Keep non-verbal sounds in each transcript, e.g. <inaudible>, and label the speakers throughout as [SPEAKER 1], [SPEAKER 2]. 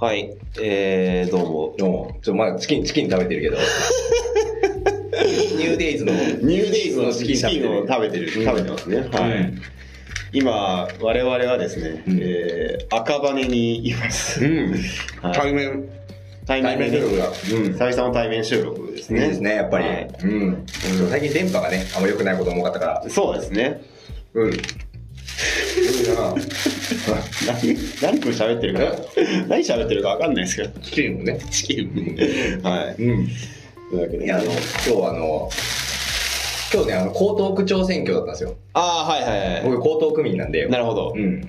[SPEAKER 1] はい、えー、どうも。
[SPEAKER 2] どうも。ちょっとまだチキン、チキン食べてるけど。 <laughs> ニューデイズの。
[SPEAKER 3] ニューデイズのチキン
[SPEAKER 2] チキン
[SPEAKER 3] を
[SPEAKER 2] を
[SPEAKER 3] 食べてる、
[SPEAKER 2] うん
[SPEAKER 3] 食べてますね。はい。
[SPEAKER 2] うん
[SPEAKER 3] 今、我々はですね、
[SPEAKER 2] うん
[SPEAKER 3] えー赤羽にいます。
[SPEAKER 2] うん。
[SPEAKER 3] はい
[SPEAKER 2] 対面。
[SPEAKER 3] 対
[SPEAKER 2] 対面収録が。うん。
[SPEAKER 3] 久々の対面収録です
[SPEAKER 2] いい
[SPEAKER 3] ね。
[SPEAKER 2] ですね、やっぱり。
[SPEAKER 3] はい
[SPEAKER 2] うん。ちょっと最近電波がね、あんま良くないことも多かったから。
[SPEAKER 3] そうですね。
[SPEAKER 2] うん。うん
[SPEAKER 3] 何、何分喋ってるか、
[SPEAKER 2] <laughs>
[SPEAKER 3] 何喋ってるか分かんないですけど。
[SPEAKER 2] チキンもね。
[SPEAKER 3] チキン。はい。
[SPEAKER 2] うん。
[SPEAKER 3] というわけ
[SPEAKER 2] い
[SPEAKER 3] で
[SPEAKER 2] や、あの、今日はあの、今日ね、あの、江東区長選挙だったんですよ。
[SPEAKER 3] ああ、はいはいは
[SPEAKER 2] 僕、江東区民なんで。
[SPEAKER 3] い。なるほど
[SPEAKER 2] う。ん。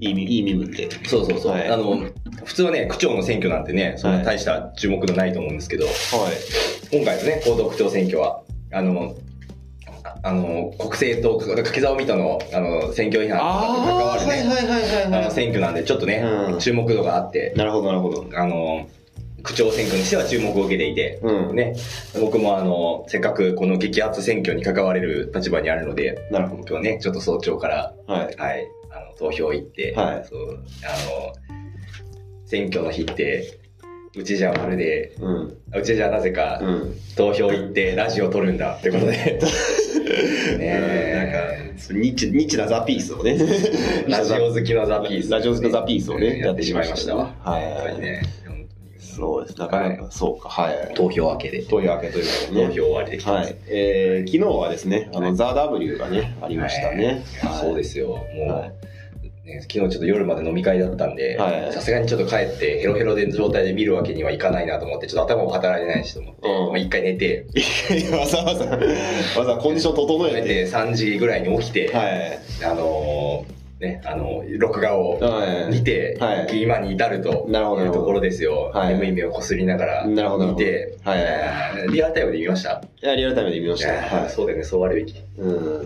[SPEAKER 3] いい身、いい身分って。
[SPEAKER 2] そうそうそう。
[SPEAKER 3] はい
[SPEAKER 2] あの、普通はね、区長の選挙なんてね、そんな大した注目度ないと思うんですけど、
[SPEAKER 3] はい。
[SPEAKER 2] 今回のね、江東区長選挙は、あの、ああの、国政と、柿沢水戸の、あの、選挙違反とかに関わるね、
[SPEAKER 3] いはい
[SPEAKER 2] あの選挙なんで、ちょっとね、
[SPEAKER 3] うん
[SPEAKER 2] 注目度があって、
[SPEAKER 3] なるほど、なるほど。
[SPEAKER 2] あの、区長選挙にしては注目を受けていて、
[SPEAKER 3] うん
[SPEAKER 2] ね、僕もあの、せっかくこの激アツ選挙に関われる立場にあるので、
[SPEAKER 3] なるほ
[SPEAKER 2] 今日はね、ちょっと早朝から、
[SPEAKER 3] ど。はい。
[SPEAKER 2] はい、あの、投票行って、
[SPEAKER 3] はい
[SPEAKER 2] そう、あの、選挙の日って、うちじゃまるで、
[SPEAKER 3] うん。
[SPEAKER 2] うちじゃなぜか、
[SPEAKER 3] うん。
[SPEAKER 2] 投票行ってラジオ撮るんだってことで。
[SPEAKER 3] <laughs>
[SPEAKER 2] ねえ、
[SPEAKER 3] なんか、そうニッチ、ニッチなザ・ピースを <laughs> ね。
[SPEAKER 2] ラジオ好きのザ・ピース。
[SPEAKER 3] ラジオ好きのザ・ピースをね、
[SPEAKER 2] やってしまいましたわ。
[SPEAKER 3] は
[SPEAKER 2] 本当に
[SPEAKER 3] い。
[SPEAKER 2] ね。本
[SPEAKER 3] そうです。なかな
[SPEAKER 2] は
[SPEAKER 3] か、そうか、はい。
[SPEAKER 2] 当に投票明けで。
[SPEAKER 3] というわけということ
[SPEAKER 2] 投
[SPEAKER 3] で
[SPEAKER 2] 票
[SPEAKER 3] ね。
[SPEAKER 2] 終わりでき
[SPEAKER 3] はい。えー、昨日はですね、あ
[SPEAKER 2] はい
[SPEAKER 3] の、ザ・ W がね、ありましたね。。
[SPEAKER 2] はいそうですすよ。もう、
[SPEAKER 3] はい
[SPEAKER 2] ね、昨日ちょっと夜まで飲み会だったんで
[SPEAKER 3] はい、
[SPEAKER 2] さすがにちょっと帰ってヘロヘロで状態で見るわけにはいかないなと思って、ちょっと頭も働いてないしと思って、
[SPEAKER 3] うん
[SPEAKER 2] まあ一回寝て、
[SPEAKER 3] <laughs> わざわざ、わざわざコンディション整
[SPEAKER 2] 寝
[SPEAKER 3] えて。
[SPEAKER 2] て3時ぐらいに起きて、
[SPEAKER 3] はい。
[SPEAKER 2] あのーね、あのー録画を
[SPEAKER 3] はい
[SPEAKER 2] 見て、
[SPEAKER 3] はい
[SPEAKER 2] 今に至ると
[SPEAKER 3] なるほど
[SPEAKER 2] い
[SPEAKER 3] なる
[SPEAKER 2] う
[SPEAKER 3] ほど
[SPEAKER 2] ところですよ。
[SPEAKER 3] はい
[SPEAKER 2] 眠い目をこすりながら
[SPEAKER 3] なるほどなる
[SPEAKER 2] 見
[SPEAKER 3] ほど
[SPEAKER 2] て、
[SPEAKER 3] はい
[SPEAKER 2] えーリアルタイムで見ました。
[SPEAKER 3] いや、リアルタイムで見ました。
[SPEAKER 2] いやー
[SPEAKER 3] はい。
[SPEAKER 2] そうだよね、そうあるべき。
[SPEAKER 3] うん
[SPEAKER 2] うん。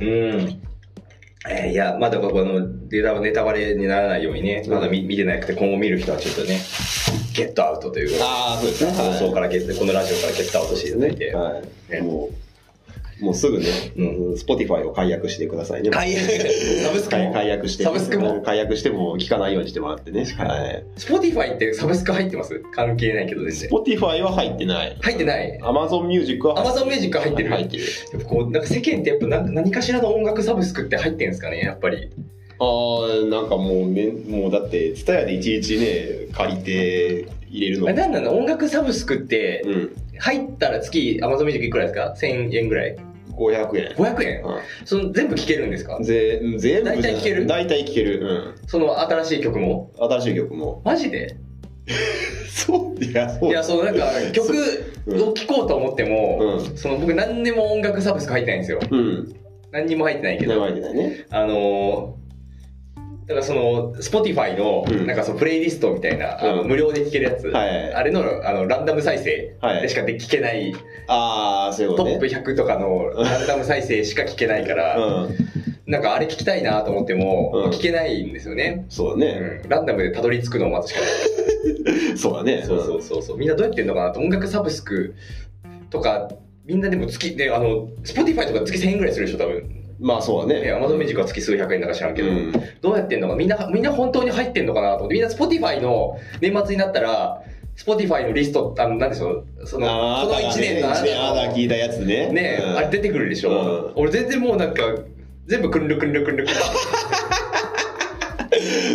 [SPEAKER 2] えーいや、まだここのデータはネタバレにならないようにね、まだ見見てなくて、今後見る人はちょっとね、ゲットアウトという
[SPEAKER 3] ああ、そうですね。
[SPEAKER 2] 放
[SPEAKER 3] はい
[SPEAKER 2] 送からゲット、このラジオからゲットアウトしていただいて。
[SPEAKER 3] はい、
[SPEAKER 2] ね
[SPEAKER 3] もう、もうすぐね、
[SPEAKER 2] う
[SPEAKER 3] Spotify を解約してくださいね。
[SPEAKER 2] 解約サブスクも
[SPEAKER 3] 解約して。
[SPEAKER 2] サブスクも
[SPEAKER 3] 解約しても聞かないようにしてもらってね。はい。
[SPEAKER 2] Spotify ってサブスク入ってます関係ないけど全然。
[SPEAKER 3] Spotify は入ってない。
[SPEAKER 2] 入ってない
[SPEAKER 3] Amazon Music は
[SPEAKER 2] Amazon Music は入ってる
[SPEAKER 3] 入ってる。
[SPEAKER 2] やっぱこうなんか世間ってやっぱ何何かしらの音楽サブスクって入ってんすかねやっぱり
[SPEAKER 3] ああ、なんかもう、ね、もうだって、ツタヤでいちいちね、借りて入れるの。
[SPEAKER 2] あなんなの音楽サブスクって
[SPEAKER 3] うん。
[SPEAKER 2] 入ったら月 Amazon Music いくらですか1000円ぐらい
[SPEAKER 3] 500円。
[SPEAKER 2] 500円
[SPEAKER 3] うん
[SPEAKER 2] その全部聴けるんですか
[SPEAKER 3] ぜ全部
[SPEAKER 2] 大体聞ける
[SPEAKER 3] 大体聞ける。
[SPEAKER 2] その新しい曲も
[SPEAKER 3] うん。新しい曲も。
[SPEAKER 2] マジで
[SPEAKER 3] そう、いや、そう。
[SPEAKER 2] いやそのなんか曲
[SPEAKER 3] うん
[SPEAKER 2] を聴こうと思っても、
[SPEAKER 3] う
[SPEAKER 2] その僕何にも音楽サブスク入ってないんですよ
[SPEAKER 3] うん。
[SPEAKER 2] 何にも入ってないけ
[SPEAKER 3] 名
[SPEAKER 2] ど
[SPEAKER 3] 前でないね。
[SPEAKER 2] あのーだからその Spotify の
[SPEAKER 3] うん
[SPEAKER 2] なんかそのプレイリストみたいな、あの
[SPEAKER 3] うん
[SPEAKER 2] 無料で聴けるやつ、
[SPEAKER 3] はい
[SPEAKER 2] あれのあのランダム再生
[SPEAKER 3] はい
[SPEAKER 2] でしかで聴けない
[SPEAKER 3] ああ、そういうこ
[SPEAKER 2] ト
[SPEAKER 3] と
[SPEAKER 2] ップ
[SPEAKER 3] ね。
[SPEAKER 2] 100とかのランダム再生しか聞けないから、
[SPEAKER 3] うん。
[SPEAKER 2] なんかあれ聞きたいなと思っても
[SPEAKER 3] うん、
[SPEAKER 2] 聞けないんですよね。
[SPEAKER 3] そうだね。
[SPEAKER 2] うんランダムでたどり着くのを待つしかない。
[SPEAKER 3] そうだね。
[SPEAKER 2] そうそうそうそう。みんなどうやってんのかなと、音楽サブスクとか、みんなでも月、で、あの、Spotify とか月1000円ぐらいするでしょ、多分。
[SPEAKER 3] うん。まあそうだ
[SPEAKER 2] ね、
[SPEAKER 3] ね。
[SPEAKER 2] Amazon Music は月数百円だか知らんけど、
[SPEAKER 3] うん
[SPEAKER 2] どうやってんのか、みんな、みんな本当に入ってんのかなと思って、みんな Spotify の年末になったら、Spotify のリスト、あの、なんでしょう、その、
[SPEAKER 3] あ
[SPEAKER 2] そ
[SPEAKER 3] ーあなた
[SPEAKER 2] の
[SPEAKER 3] がね
[SPEAKER 2] 1年の
[SPEAKER 3] 一年あ
[SPEAKER 2] の
[SPEAKER 3] なたが聞いたやつね。
[SPEAKER 2] ねえ、
[SPEAKER 3] うん
[SPEAKER 2] あれ出てくるでしょ、
[SPEAKER 3] うん
[SPEAKER 2] 俺全然もうなんか全部くんるくんるくん
[SPEAKER 3] <laughs>
[SPEAKER 2] るくんる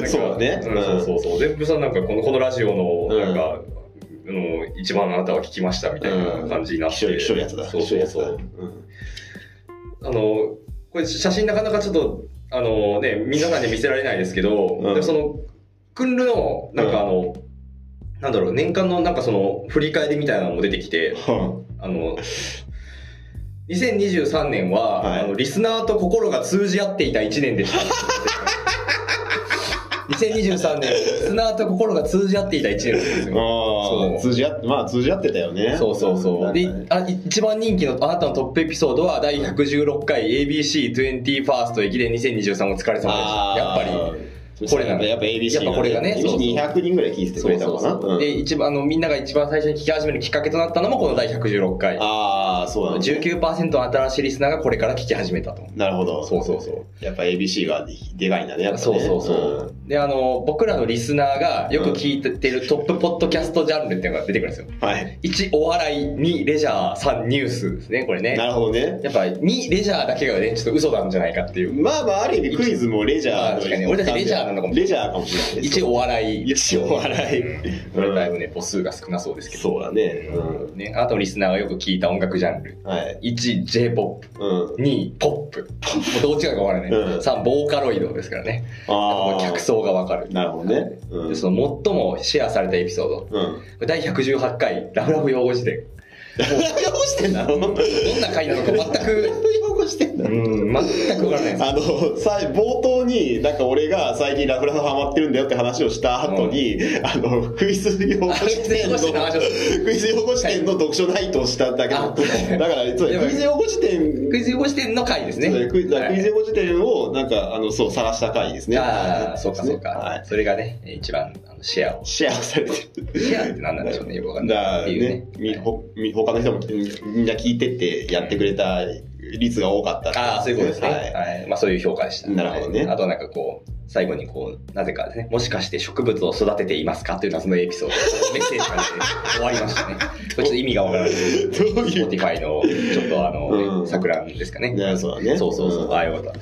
[SPEAKER 3] そうだね
[SPEAKER 2] なんか
[SPEAKER 3] うん
[SPEAKER 2] んそうそうそう全部さなんかこのこのラジオの
[SPEAKER 3] うん
[SPEAKER 2] なんか、あの一番あなたは聞きましたみたいな感じになって、
[SPEAKER 3] ひどいひどいやつだ。
[SPEAKER 2] そう
[SPEAKER 3] ひどいう
[SPEAKER 2] そ
[SPEAKER 3] やつ
[SPEAKER 2] そ
[SPEAKER 3] だ
[SPEAKER 2] う
[SPEAKER 3] うん
[SPEAKER 2] あのこれ写真なかなかちょっとあのね皆さんに見せられないですけど、
[SPEAKER 3] うん
[SPEAKER 2] でもそのくんるのなんかあの、なんだろう年間のなんかその振り返りみたいなのも出てきて、あの、2023年は、
[SPEAKER 3] はい
[SPEAKER 2] あの、リスナーと心が通じ合っていた1年で
[SPEAKER 3] <laughs>
[SPEAKER 2] した。2023年、リスナーと心が通じ合っていた1年なんですよ。
[SPEAKER 3] あ
[SPEAKER 2] そ
[SPEAKER 3] あ、
[SPEAKER 2] う
[SPEAKER 3] 通じ合って、まあ通じ合ってたよね。
[SPEAKER 2] そうそうそう。で
[SPEAKER 3] ん、
[SPEAKER 2] あ一番人気のあなたのトップエピソードは、第116回 ABC21st 駅伝2023お疲れ様でした。やっぱり。
[SPEAKER 3] り
[SPEAKER 2] これなの
[SPEAKER 3] やっぱ ABC が。
[SPEAKER 2] やっぱこれがねそうそう
[SPEAKER 3] ABC200 人ぐらい聞いてくれたのかな。
[SPEAKER 2] そうそうそう
[SPEAKER 3] うん
[SPEAKER 2] で、一番、あの、みんなが一番最初に聞き始めるきっかけとなったのも、この第116回。
[SPEAKER 3] ああ、そうなんだ
[SPEAKER 2] 19%新しいリスナーがこれから聞き始めたと。
[SPEAKER 3] なるほど。。
[SPEAKER 2] そうそうそう
[SPEAKER 3] やっぱ ABC がででかいんだね、やっぱ、ね。
[SPEAKER 2] そうそうそう。で、あの、僕らのリスナーがよく聞いてるトップポッドキャストジャンルっていうのが出てくるんですよ。
[SPEAKER 3] うん。はい。
[SPEAKER 2] 1、お笑い、2、レジャー、3、ニュースですね、これね。
[SPEAKER 3] なるほどね。
[SPEAKER 2] やっぱ2、レジャーだけがね、ちょっと嘘なんじゃないかっていう。
[SPEAKER 3] まあまあ、ある意味クイズもレジャーの
[SPEAKER 2] 確かに俺たちレジャーなのかも
[SPEAKER 3] レジャーかもしれないね。
[SPEAKER 2] 1、お笑い。
[SPEAKER 3] 一応笑い。
[SPEAKER 2] これだいぶね、母数が少なそうですけど。
[SPEAKER 3] そうだね。うん。
[SPEAKER 2] ね、あとリスナーがよく聞いた音楽ジャンル。
[SPEAKER 3] はい。
[SPEAKER 2] 1、J-POP。
[SPEAKER 3] うん。
[SPEAKER 2] 2、ポップ。もうどっちがかわからない。
[SPEAKER 3] うん
[SPEAKER 2] 3、ボーカロイドですからね。
[SPEAKER 3] あ
[SPEAKER 2] あと客層がわかる。
[SPEAKER 3] なるほどね。うん。
[SPEAKER 2] でその最もシェアされたエピソード。
[SPEAKER 3] うん。
[SPEAKER 2] 第118回、ラブラブ用語辞典。
[SPEAKER 3] 汚してんだろ
[SPEAKER 2] どんな回なのか全く、
[SPEAKER 3] 汚してんだろ
[SPEAKER 2] うん、全くわからないです。
[SPEAKER 3] あのさ冒頭になんか俺が最近ラフラフハマってるんだよって話をした後に、あのクイズ用語視点の
[SPEAKER 2] あクイズ用語辞
[SPEAKER 3] クイズ用語辞典の読書ナイトをしただけだ
[SPEAKER 2] あ
[SPEAKER 3] だからそう
[SPEAKER 2] やばい
[SPEAKER 3] クイズ用語辞典
[SPEAKER 2] クイズ用語辞典の回ですね。
[SPEAKER 3] そうクイズ
[SPEAKER 2] は
[SPEAKER 3] ク
[SPEAKER 2] い
[SPEAKER 3] イズ用語辞典をなんかあのそう探した回ですね
[SPEAKER 2] ああ、そうかそうか。
[SPEAKER 3] はい、
[SPEAKER 2] それがね、一番あのシェアを。
[SPEAKER 3] シェアされてる
[SPEAKER 2] シェ <laughs> アって何なんでしょうね、よくわかん
[SPEAKER 3] だ
[SPEAKER 2] ない。
[SPEAKER 3] から
[SPEAKER 2] っていう
[SPEAKER 3] ねみ
[SPEAKER 2] ね。
[SPEAKER 3] ほみ他の人もみんな聞いてってやってくれた率が多かったって
[SPEAKER 2] ああ、そういうことですね。
[SPEAKER 3] は
[SPEAKER 2] はい。まあそういう評価でした。
[SPEAKER 3] なるほどね
[SPEAKER 2] はいあとなんかこう、最後にこう、なぜかですね、もしかして植物を育てていますかという謎のエピソード、メッセージが出て終わりましたね。これちょっと意味がわからない。
[SPEAKER 3] どういう
[SPEAKER 2] Spotify の、ちょっとあ
[SPEAKER 3] う
[SPEAKER 2] の、
[SPEAKER 3] ん
[SPEAKER 2] 桜ですかね。
[SPEAKER 3] ねそうだね
[SPEAKER 2] そうそうそう。
[SPEAKER 3] ん
[SPEAKER 2] ああ、よかった。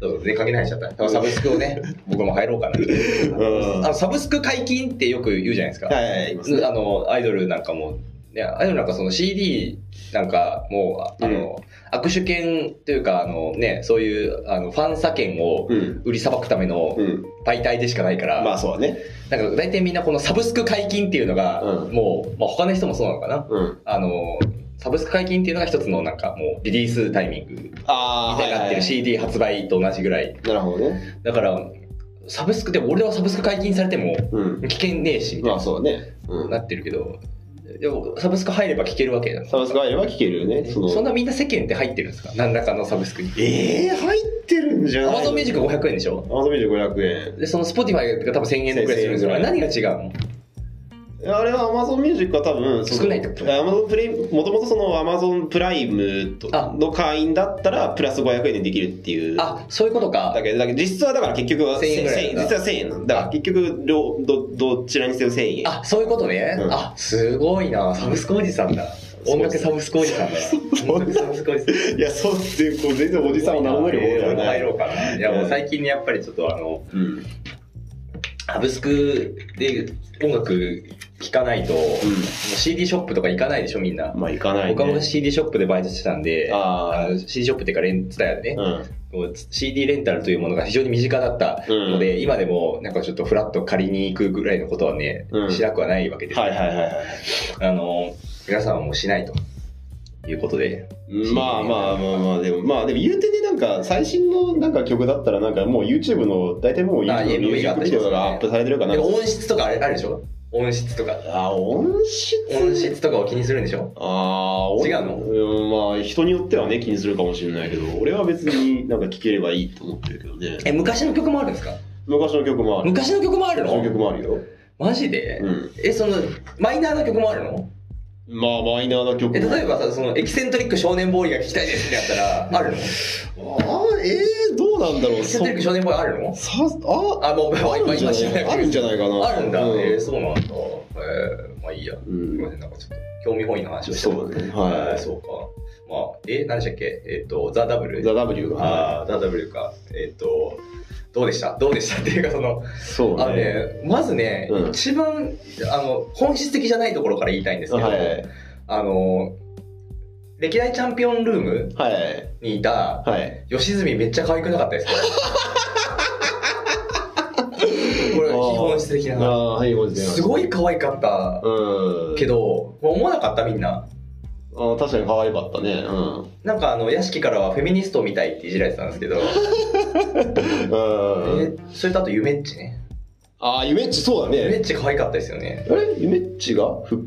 [SPEAKER 2] そうね、限られちゃった。サブスクをね、僕も入ろうかな。
[SPEAKER 3] うん
[SPEAKER 2] あのサブスク解禁ってよく言うじゃないですか。
[SPEAKER 3] はいはいはいいますね
[SPEAKER 2] あの、アイドルなんかも、ね、アイドルなんかその CD なんかもう、あの、握手券というか、あのね、そういう、あの、ファンサ券を
[SPEAKER 3] うん
[SPEAKER 2] 売りさばくための
[SPEAKER 3] うん
[SPEAKER 2] 媒体でしかないから、
[SPEAKER 3] まあそうだね
[SPEAKER 2] なんか大体みんなこのサブスク解禁っていうのが、
[SPEAKER 3] うん
[SPEAKER 2] もう、まあ他の人もそうなのかな。
[SPEAKER 3] うん
[SPEAKER 2] あの、サブスク解禁っていうのが一つのなんかもうリリースタイミングみ
[SPEAKER 3] あ
[SPEAKER 2] たいになってる CD 発売と同じぐらい。
[SPEAKER 3] なるほどね
[SPEAKER 2] だから、サブスクでも俺はサブスク解禁されても
[SPEAKER 3] うん
[SPEAKER 2] 危険ねえし、みたい
[SPEAKER 3] ま
[SPEAKER 2] な
[SPEAKER 3] あそうだねうん
[SPEAKER 2] なってるけど、でもサブスク入れば聞けるわけだ
[SPEAKER 3] サブスクあれば聞けるよねその
[SPEAKER 2] そんなみんな世間って入ってるんですか何らかのサブスクに。
[SPEAKER 3] ええ入ってるんじゃない
[SPEAKER 2] Amazon Music 500円でしょ
[SPEAKER 3] アマゾンミュージック500円
[SPEAKER 2] で、その Spotify が多分1000円ぐらいするんですよ。
[SPEAKER 3] 1000円ぐらい
[SPEAKER 2] 何が違うの
[SPEAKER 3] あれはアマゾンミュージックは多分その
[SPEAKER 2] 少ないってこと
[SPEAKER 3] アマゾンプレイもともとそのアマゾンプライムと
[SPEAKER 2] あ
[SPEAKER 3] の会員だったらプラス500円でできるっていう
[SPEAKER 2] あ、そういうこと
[SPEAKER 3] だ
[SPEAKER 2] か。
[SPEAKER 3] けどだけど実質はだから結局は
[SPEAKER 2] 1000円ぐらい
[SPEAKER 3] 1000実は1000円なんだだから結局両どどちらにせよ1000円
[SPEAKER 2] あ、そういうことね。
[SPEAKER 3] うん
[SPEAKER 2] あ、すごいな。サブスクおじさんだ。
[SPEAKER 3] そう
[SPEAKER 2] 音楽サブスクおじさんだ。音楽サブスクおじさん。
[SPEAKER 3] いやそうってこう全然おじさんを名乗れる方
[SPEAKER 2] 俺
[SPEAKER 3] では
[SPEAKER 2] も
[SPEAKER 3] な
[SPEAKER 2] 入
[SPEAKER 3] い
[SPEAKER 2] ろうかな。いや、もう最近ねやっぱりちょっとあの、
[SPEAKER 3] うん
[SPEAKER 2] サブスクで音楽聴かないと、もう CD ショップとか行かないでしょ、みんな。
[SPEAKER 3] まあ行かないね
[SPEAKER 2] 僕は昔 CD ショップでバイトしてたんで、
[SPEAKER 3] あ
[SPEAKER 2] あの CD ショップっていうかレン、ツタヤでね、
[SPEAKER 3] うん
[SPEAKER 2] こう CD レンタルというものが非常に身近だったので、今でもなんかちょっとフラッと借りに行くぐらいのことはね、
[SPEAKER 3] うん
[SPEAKER 2] しなくはないわけです、
[SPEAKER 3] はいはいはいはい
[SPEAKER 2] あの、皆さんはもうしないということで、
[SPEAKER 3] まあまあまあまあでもまあでも言うてねなんか最新のなんか曲だったらなんかもう YouTube の大体もう YouTube
[SPEAKER 2] あ
[SPEAKER 3] のミ
[SPEAKER 2] MV
[SPEAKER 3] ュージックビデオがアップされてるかな
[SPEAKER 2] で音質とかあれあるでしょ音質とか。
[SPEAKER 3] あ音質
[SPEAKER 2] 音質とかを気にするんでしょ
[SPEAKER 3] ああ
[SPEAKER 2] 違うの
[SPEAKER 3] まあ人によってはね気にするかもしれないけど俺は別になんか聴ければいいと思ってるけどね
[SPEAKER 2] え、昔の曲もあるんですか
[SPEAKER 3] 昔の曲もある
[SPEAKER 2] 昔の曲もある
[SPEAKER 3] 昔の
[SPEAKER 2] の
[SPEAKER 3] 曲もあるよ
[SPEAKER 2] マジで、
[SPEAKER 3] うん
[SPEAKER 2] え、その、マイナーな曲もあるの
[SPEAKER 3] まあマイナーな曲も
[SPEAKER 2] え、例えばさ、その、エキセントリック少年ボーイが聴きたいですってやったら、あるのエ
[SPEAKER 3] ああえー、どうなんだろう
[SPEAKER 2] キセントリック少年ボーイあるの
[SPEAKER 3] さあ
[SPEAKER 2] あ、もう、
[SPEAKER 3] あるんじゃな
[SPEAKER 2] 今知らない
[SPEAKER 3] いあるんじゃないかな
[SPEAKER 2] あるんだ。
[SPEAKER 3] う
[SPEAKER 2] えーそうなんだ。えーまあいいや。す
[SPEAKER 3] うん
[SPEAKER 2] みません、なんかちょっと興味本位の話をして
[SPEAKER 3] そうだねはい
[SPEAKER 2] えーそうか。まあ、えー、何でしたっけえっ、と、ザ・ダブル。
[SPEAKER 3] ザ・ W が
[SPEAKER 2] あーザ・ダブルか。えっ、と、どうでしたどうでしたっていうか、その、
[SPEAKER 3] そうね
[SPEAKER 2] あのね、まずね、
[SPEAKER 3] うん
[SPEAKER 2] 一番、あの、本質的じゃないところから言いたいんですけど、
[SPEAKER 3] はい
[SPEAKER 2] あの、歴代チャンピオンルーム
[SPEAKER 3] はい
[SPEAKER 2] にいた、
[SPEAKER 3] はい
[SPEAKER 2] 吉住めっちゃ可愛くなかったですか <laughs> これ、非本質的な
[SPEAKER 3] あ
[SPEAKER 2] 話。
[SPEAKER 3] あはいご
[SPEAKER 2] すごい可愛かった
[SPEAKER 3] うん
[SPEAKER 2] けど、思わなかったみんな。
[SPEAKER 3] あ確かに可愛かったねうん
[SPEAKER 2] なんかあの、屋敷からはフェミニストみたいっていじられてたんですけど、え
[SPEAKER 3] うん
[SPEAKER 2] ーそれとあとゆめっちね。
[SPEAKER 3] ああゆめっちそうだ
[SPEAKER 2] ゆめ
[SPEAKER 3] ね
[SPEAKER 2] っち可愛かったですよね。
[SPEAKER 3] あれゆめっちが復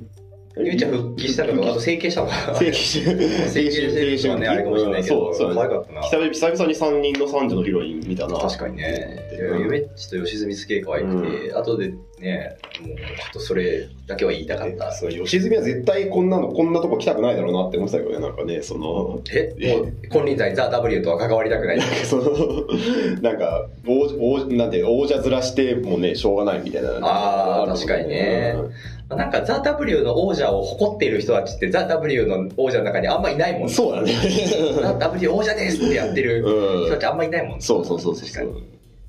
[SPEAKER 2] ゆうちゃん復帰したのと、あと整形したのかな。
[SPEAKER 3] 整形して、
[SPEAKER 2] 整形してるのはね、あれかもしれないけど、
[SPEAKER 3] うんそう、そう
[SPEAKER 2] 可愛かったな。
[SPEAKER 3] 久々久々に三人の三女のヒロイン見たな。
[SPEAKER 2] 確かにね。いや
[SPEAKER 3] うん
[SPEAKER 2] 夢っちと吉住すげえ可愛くて、後でね、もうちょっとそれだけは言いたかった。
[SPEAKER 3] そう吉住は絶対こんなのこんなとこ来たくないだろうなって思ってたけどねなんかねその
[SPEAKER 2] えもう、金輪際ザ・ W とは関わりた
[SPEAKER 3] <laughs>
[SPEAKER 2] くない。
[SPEAKER 3] そのなんか王王なんて王者面してもねしょうがないみたいな
[SPEAKER 2] あー確かにねなんかザ・ W の王者を誇っている人たちって、ザ・ W の王者の中にあんまいないも
[SPEAKER 3] うんん
[SPEAKER 2] ね。
[SPEAKER 3] そうだね <laughs>
[SPEAKER 2] ザ・ W 王者ですってやってる
[SPEAKER 3] う
[SPEAKER 2] 人た
[SPEAKER 3] ん
[SPEAKER 2] ちあんまいないもんね。
[SPEAKER 3] そうそうそうそう
[SPEAKER 2] 確かに。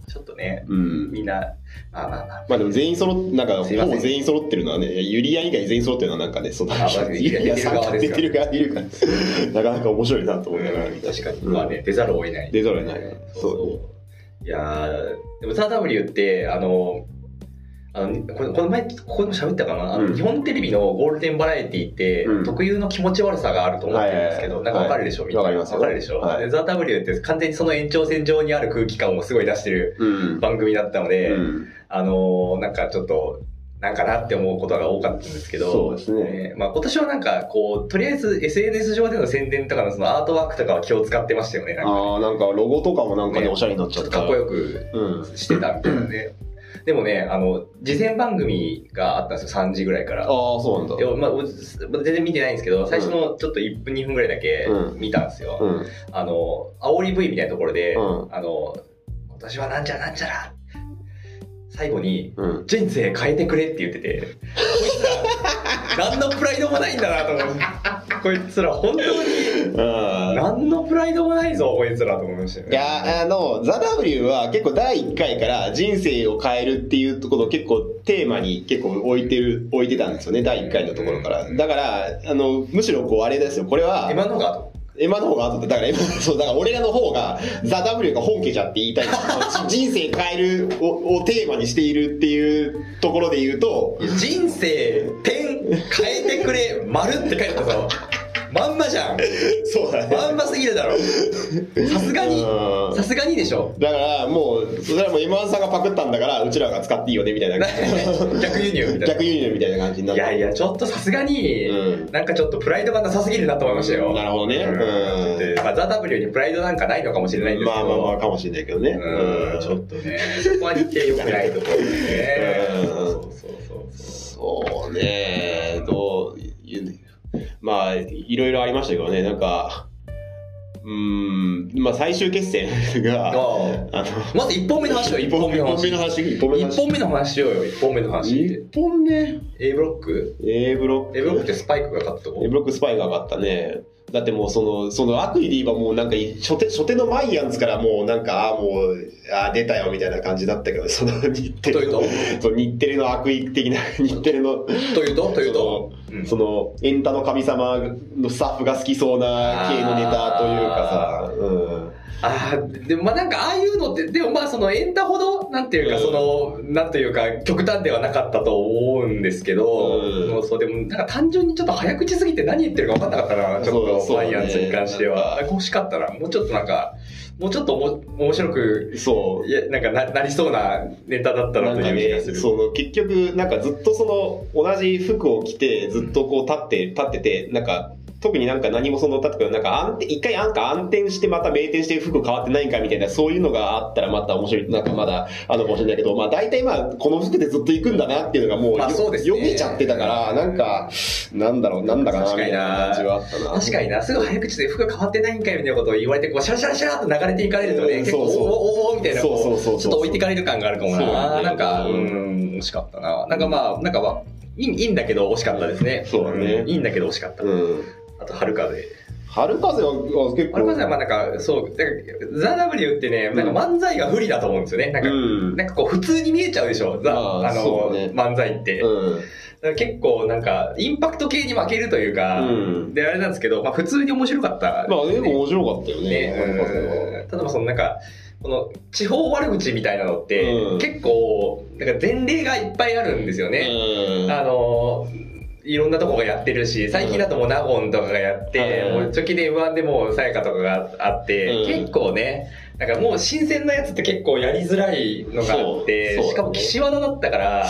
[SPEAKER 2] ちょっとね、
[SPEAKER 3] うん
[SPEAKER 2] みんな、まあまあまあ。
[SPEAKER 3] まあでも全員揃っなんか
[SPEAKER 2] すいま
[SPEAKER 3] ほ
[SPEAKER 2] せん
[SPEAKER 3] ぼ全員揃ってるのはねユリア以外全員揃ってるのはなんかねその
[SPEAKER 2] あまあ
[SPEAKER 3] ユリアさんが出てる側いるから <laughs> なかなか面白いなと思いながら見た
[SPEAKER 2] 確かに。まあね、出ざるを得ない。
[SPEAKER 3] 出ざるを得ない
[SPEAKER 2] そう。いやーでもザ・ W って、あの、あのこれこの前、ここでも喋ったかな、あの
[SPEAKER 3] うん
[SPEAKER 2] 日本テレビのゴールデンバラエティって、
[SPEAKER 3] うん
[SPEAKER 2] 特有の気持ち悪さがあると思ってるんですけど、
[SPEAKER 3] はいはい
[SPEAKER 2] な
[SPEAKER 3] は
[SPEAKER 2] ん
[SPEAKER 3] い
[SPEAKER 2] かわかるでしょ、
[SPEAKER 3] はい
[SPEAKER 2] みんな
[SPEAKER 3] わかりますよ
[SPEAKER 2] わかるでしょ、
[SPEAKER 3] はい
[SPEAKER 2] でザ・ W って完全にその延長線上にある空気感をすごい出してる
[SPEAKER 3] うん
[SPEAKER 2] 番組だったので、
[SPEAKER 3] うん
[SPEAKER 2] あのーなんかちょっと、なんかなって思うことが多かったんですけど、
[SPEAKER 3] そうですね
[SPEAKER 2] ねまあ、今年はなんかこうとりあえず SNS 上での宣伝とかのそのアートワークとかは気を使ってましたよねなんか
[SPEAKER 3] ああなんかロゴとかもなんかね
[SPEAKER 2] ね
[SPEAKER 3] おしゃれになっち
[SPEAKER 2] ちょ
[SPEAKER 3] ゃ
[SPEAKER 2] っ
[SPEAKER 3] っ
[SPEAKER 2] と
[SPEAKER 3] た
[SPEAKER 2] かっこよく
[SPEAKER 3] うん
[SPEAKER 2] してたみたいなねでもねあの事前番組があったんですよ3時ぐらいから
[SPEAKER 3] ああそうなんだ
[SPEAKER 2] でもまあ、お全然見てないんですけど最初のちょっと1分2分ぐらいだけ
[SPEAKER 3] う
[SPEAKER 2] 見たんですよ、
[SPEAKER 3] うん
[SPEAKER 2] あの煽り V みたいなところで、
[SPEAKER 3] うん
[SPEAKER 2] あの今年はなんちゃらなんちゃら最後に
[SPEAKER 3] うん
[SPEAKER 2] 人生変えてくれって言ってて、こいつら、何のプライドもないんだなと思って、こいつら、本当に、
[SPEAKER 3] うん
[SPEAKER 2] 何のプライドもないぞ、こいつらと思いましたよ
[SPEAKER 3] い
[SPEAKER 2] ね。
[SPEAKER 3] やあの「ザ・ w は結構第1回から人生を変えるっていうところを結構テーマに結構置いてる置いてたんですよね第1回のところからだからあのむしろこうあれですよこれは
[SPEAKER 2] 今のが、
[SPEAKER 3] エマの方が後でだからエマ <laughs> そうだから俺らの方がザ・ w が本家じゃって言いたい人生変えるををテーマにしているっていうところで言うと
[SPEAKER 2] 人生、点、変えてくれ、丸って書いてたぞ。まんまじゃん。
[SPEAKER 3] そうだね
[SPEAKER 2] まんますぎるだろ。さすがに、
[SPEAKER 3] うん
[SPEAKER 2] さすがにでしょ。
[SPEAKER 3] <laughs> だからもうそれはもう M−1 さんがパクったんだからうちらが使っていいよねみたいな <laughs>
[SPEAKER 2] 逆輸入みたい
[SPEAKER 3] 逆
[SPEAKER 2] な。
[SPEAKER 3] 輸入みたいな感じになっ
[SPEAKER 2] い
[SPEAKER 3] て
[SPEAKER 2] やいや、ちょっとさすがに、
[SPEAKER 3] うん
[SPEAKER 2] なんかちょっとプライドがなさすぎるなと思いましたよ。
[SPEAKER 3] なるほどね
[SPEAKER 2] うん
[SPEAKER 3] うん
[SPEAKER 2] でまあ、ザ・ W にプライドなんかないのかもしれないんですけ
[SPEAKER 3] まあ
[SPEAKER 2] ど。
[SPEAKER 3] まあまあかもしれないけどね
[SPEAKER 2] うんちょっとね、そこは似てよくないところですね。
[SPEAKER 3] うん
[SPEAKER 2] そうそうそう
[SPEAKER 3] そうねどういうねまあいろいろありましたけどねなんかうーんまあ最終決戦が
[SPEAKER 2] そう。
[SPEAKER 3] あの
[SPEAKER 2] まず1本目の話を1本目の
[SPEAKER 3] 一
[SPEAKER 2] 話。
[SPEAKER 3] の話1本目の
[SPEAKER 2] 1
[SPEAKER 3] 話
[SPEAKER 2] 本目の話しようよ、1本目の話。
[SPEAKER 3] 1本目
[SPEAKER 2] A ブロック
[SPEAKER 3] A ブロック
[SPEAKER 2] ?A ブロックってスパイクが勝ったと
[SPEAKER 3] え
[SPEAKER 2] こ
[SPEAKER 3] ブロックスパイが上がったね。だってもうその、その悪意で言えばもうなんか初手、初手のマイアンズからもうなんか、ああ、もう、ああ、出たよみたいな感じだったけど、その日テ
[SPEAKER 2] とい
[SPEAKER 3] レ
[SPEAKER 2] うと
[SPEAKER 3] の、そう日テレの悪意的な、日テレの、
[SPEAKER 2] というとというと
[SPEAKER 3] その
[SPEAKER 2] うん
[SPEAKER 3] その、エンタの神様のスタッフが好きそうな系のネタというかさ、うん。
[SPEAKER 2] ああ、でもまあなんかああいうのって、でもまあそのエンタほど、なんていうか
[SPEAKER 3] うん
[SPEAKER 2] その、なんというか極端ではなかったと思うんですけど、
[SPEAKER 3] うん
[SPEAKER 2] もうそうでもなんか単純にちょっと早口すぎて何言ってるか分かんなかったな、ちょっ
[SPEAKER 3] そ
[SPEAKER 2] と
[SPEAKER 3] う
[SPEAKER 2] マイアンズに関して
[SPEAKER 3] そうね
[SPEAKER 2] は。なんか欲しかったな。もうちょっとなんか、もうちょっとおも面白く、
[SPEAKER 3] そう
[SPEAKER 2] い。や、なんかななりそうなネタだった
[SPEAKER 3] な
[SPEAKER 2] なんと
[SPEAKER 3] か
[SPEAKER 2] いう気
[SPEAKER 3] ね
[SPEAKER 2] がす、る。
[SPEAKER 3] その結局、なんかずっとその同じ服を着て、ずっとこう立って、立ってて、なんか、特になんか何もその、立ってなんか暗転、一回なんか暗転してまた明転して服変わってないんかみたいな、そういうのがあったらまた面白い、なんかまだあのかもしれないけど、まあ大体まあ、この服でずっと行くんだなっていうのがもう、
[SPEAKER 2] まあそうですね
[SPEAKER 3] よ読めちゃってたから、なんか、なんだろう、なんだかな、み
[SPEAKER 2] 確か
[SPEAKER 3] た
[SPEAKER 2] に
[SPEAKER 3] いな
[SPEAKER 2] な
[SPEAKER 3] 感じはあったな。
[SPEAKER 2] 確かにな、すぐ早口で服変わってないんかいみたいなことを言われて、こう、シャラシャラシャラっと流れていかれるとね、
[SPEAKER 3] うん
[SPEAKER 2] 結構、お
[SPEAKER 3] そうそう
[SPEAKER 2] おおおみたいな、こ
[SPEAKER 3] そうそうそうそう
[SPEAKER 2] ちょっと置いていかれる感があるかも
[SPEAKER 3] そうなんだ
[SPEAKER 2] な。
[SPEAKER 3] よ
[SPEAKER 2] なんか、う
[SPEAKER 3] うん
[SPEAKER 2] ん、惜しかったな。なんかまあ、なんかまあ、いいいいんだけど惜しかったですね。
[SPEAKER 3] そうだね
[SPEAKER 2] んいいんだけど惜しかった。
[SPEAKER 3] うん。
[SPEAKER 2] あと、春風。
[SPEAKER 3] 春風は結構。
[SPEAKER 2] 春風はまあなんか、そう、だからザ・ W ってね、なんか漫才が不利だと思うんですよね。なんか、
[SPEAKER 3] うん
[SPEAKER 2] なんかこう、普通に見えちゃうでしょ、ザ、
[SPEAKER 3] まあ
[SPEAKER 2] あの、
[SPEAKER 3] そうね
[SPEAKER 2] 漫才って。
[SPEAKER 3] うん。
[SPEAKER 2] だから結構なんか、インパクト系に負けるというか、
[SPEAKER 3] うん
[SPEAKER 2] で、あれなんですけど、まあ普通に面白かった、
[SPEAKER 3] まあでも面白かったよね、
[SPEAKER 2] ね、
[SPEAKER 3] 春風は。
[SPEAKER 2] うん例えばそのなんかこの地方悪口みたいなのって、
[SPEAKER 3] うん
[SPEAKER 2] 結構なんか前例がいっぱいあるんですよね、
[SPEAKER 3] うん
[SPEAKER 2] あのいろんなとこがやってるし最近だともう納言とかがやって、
[SPEAKER 3] うん
[SPEAKER 2] もうチョキで M1 でもさやかとかがあって、
[SPEAKER 3] うん
[SPEAKER 2] 結構ねなんかもう新鮮なやつって結構やりづらいのがあって、
[SPEAKER 3] そうそうだね
[SPEAKER 2] しかも岸和田だっ
[SPEAKER 3] <laughs>
[SPEAKER 2] たから、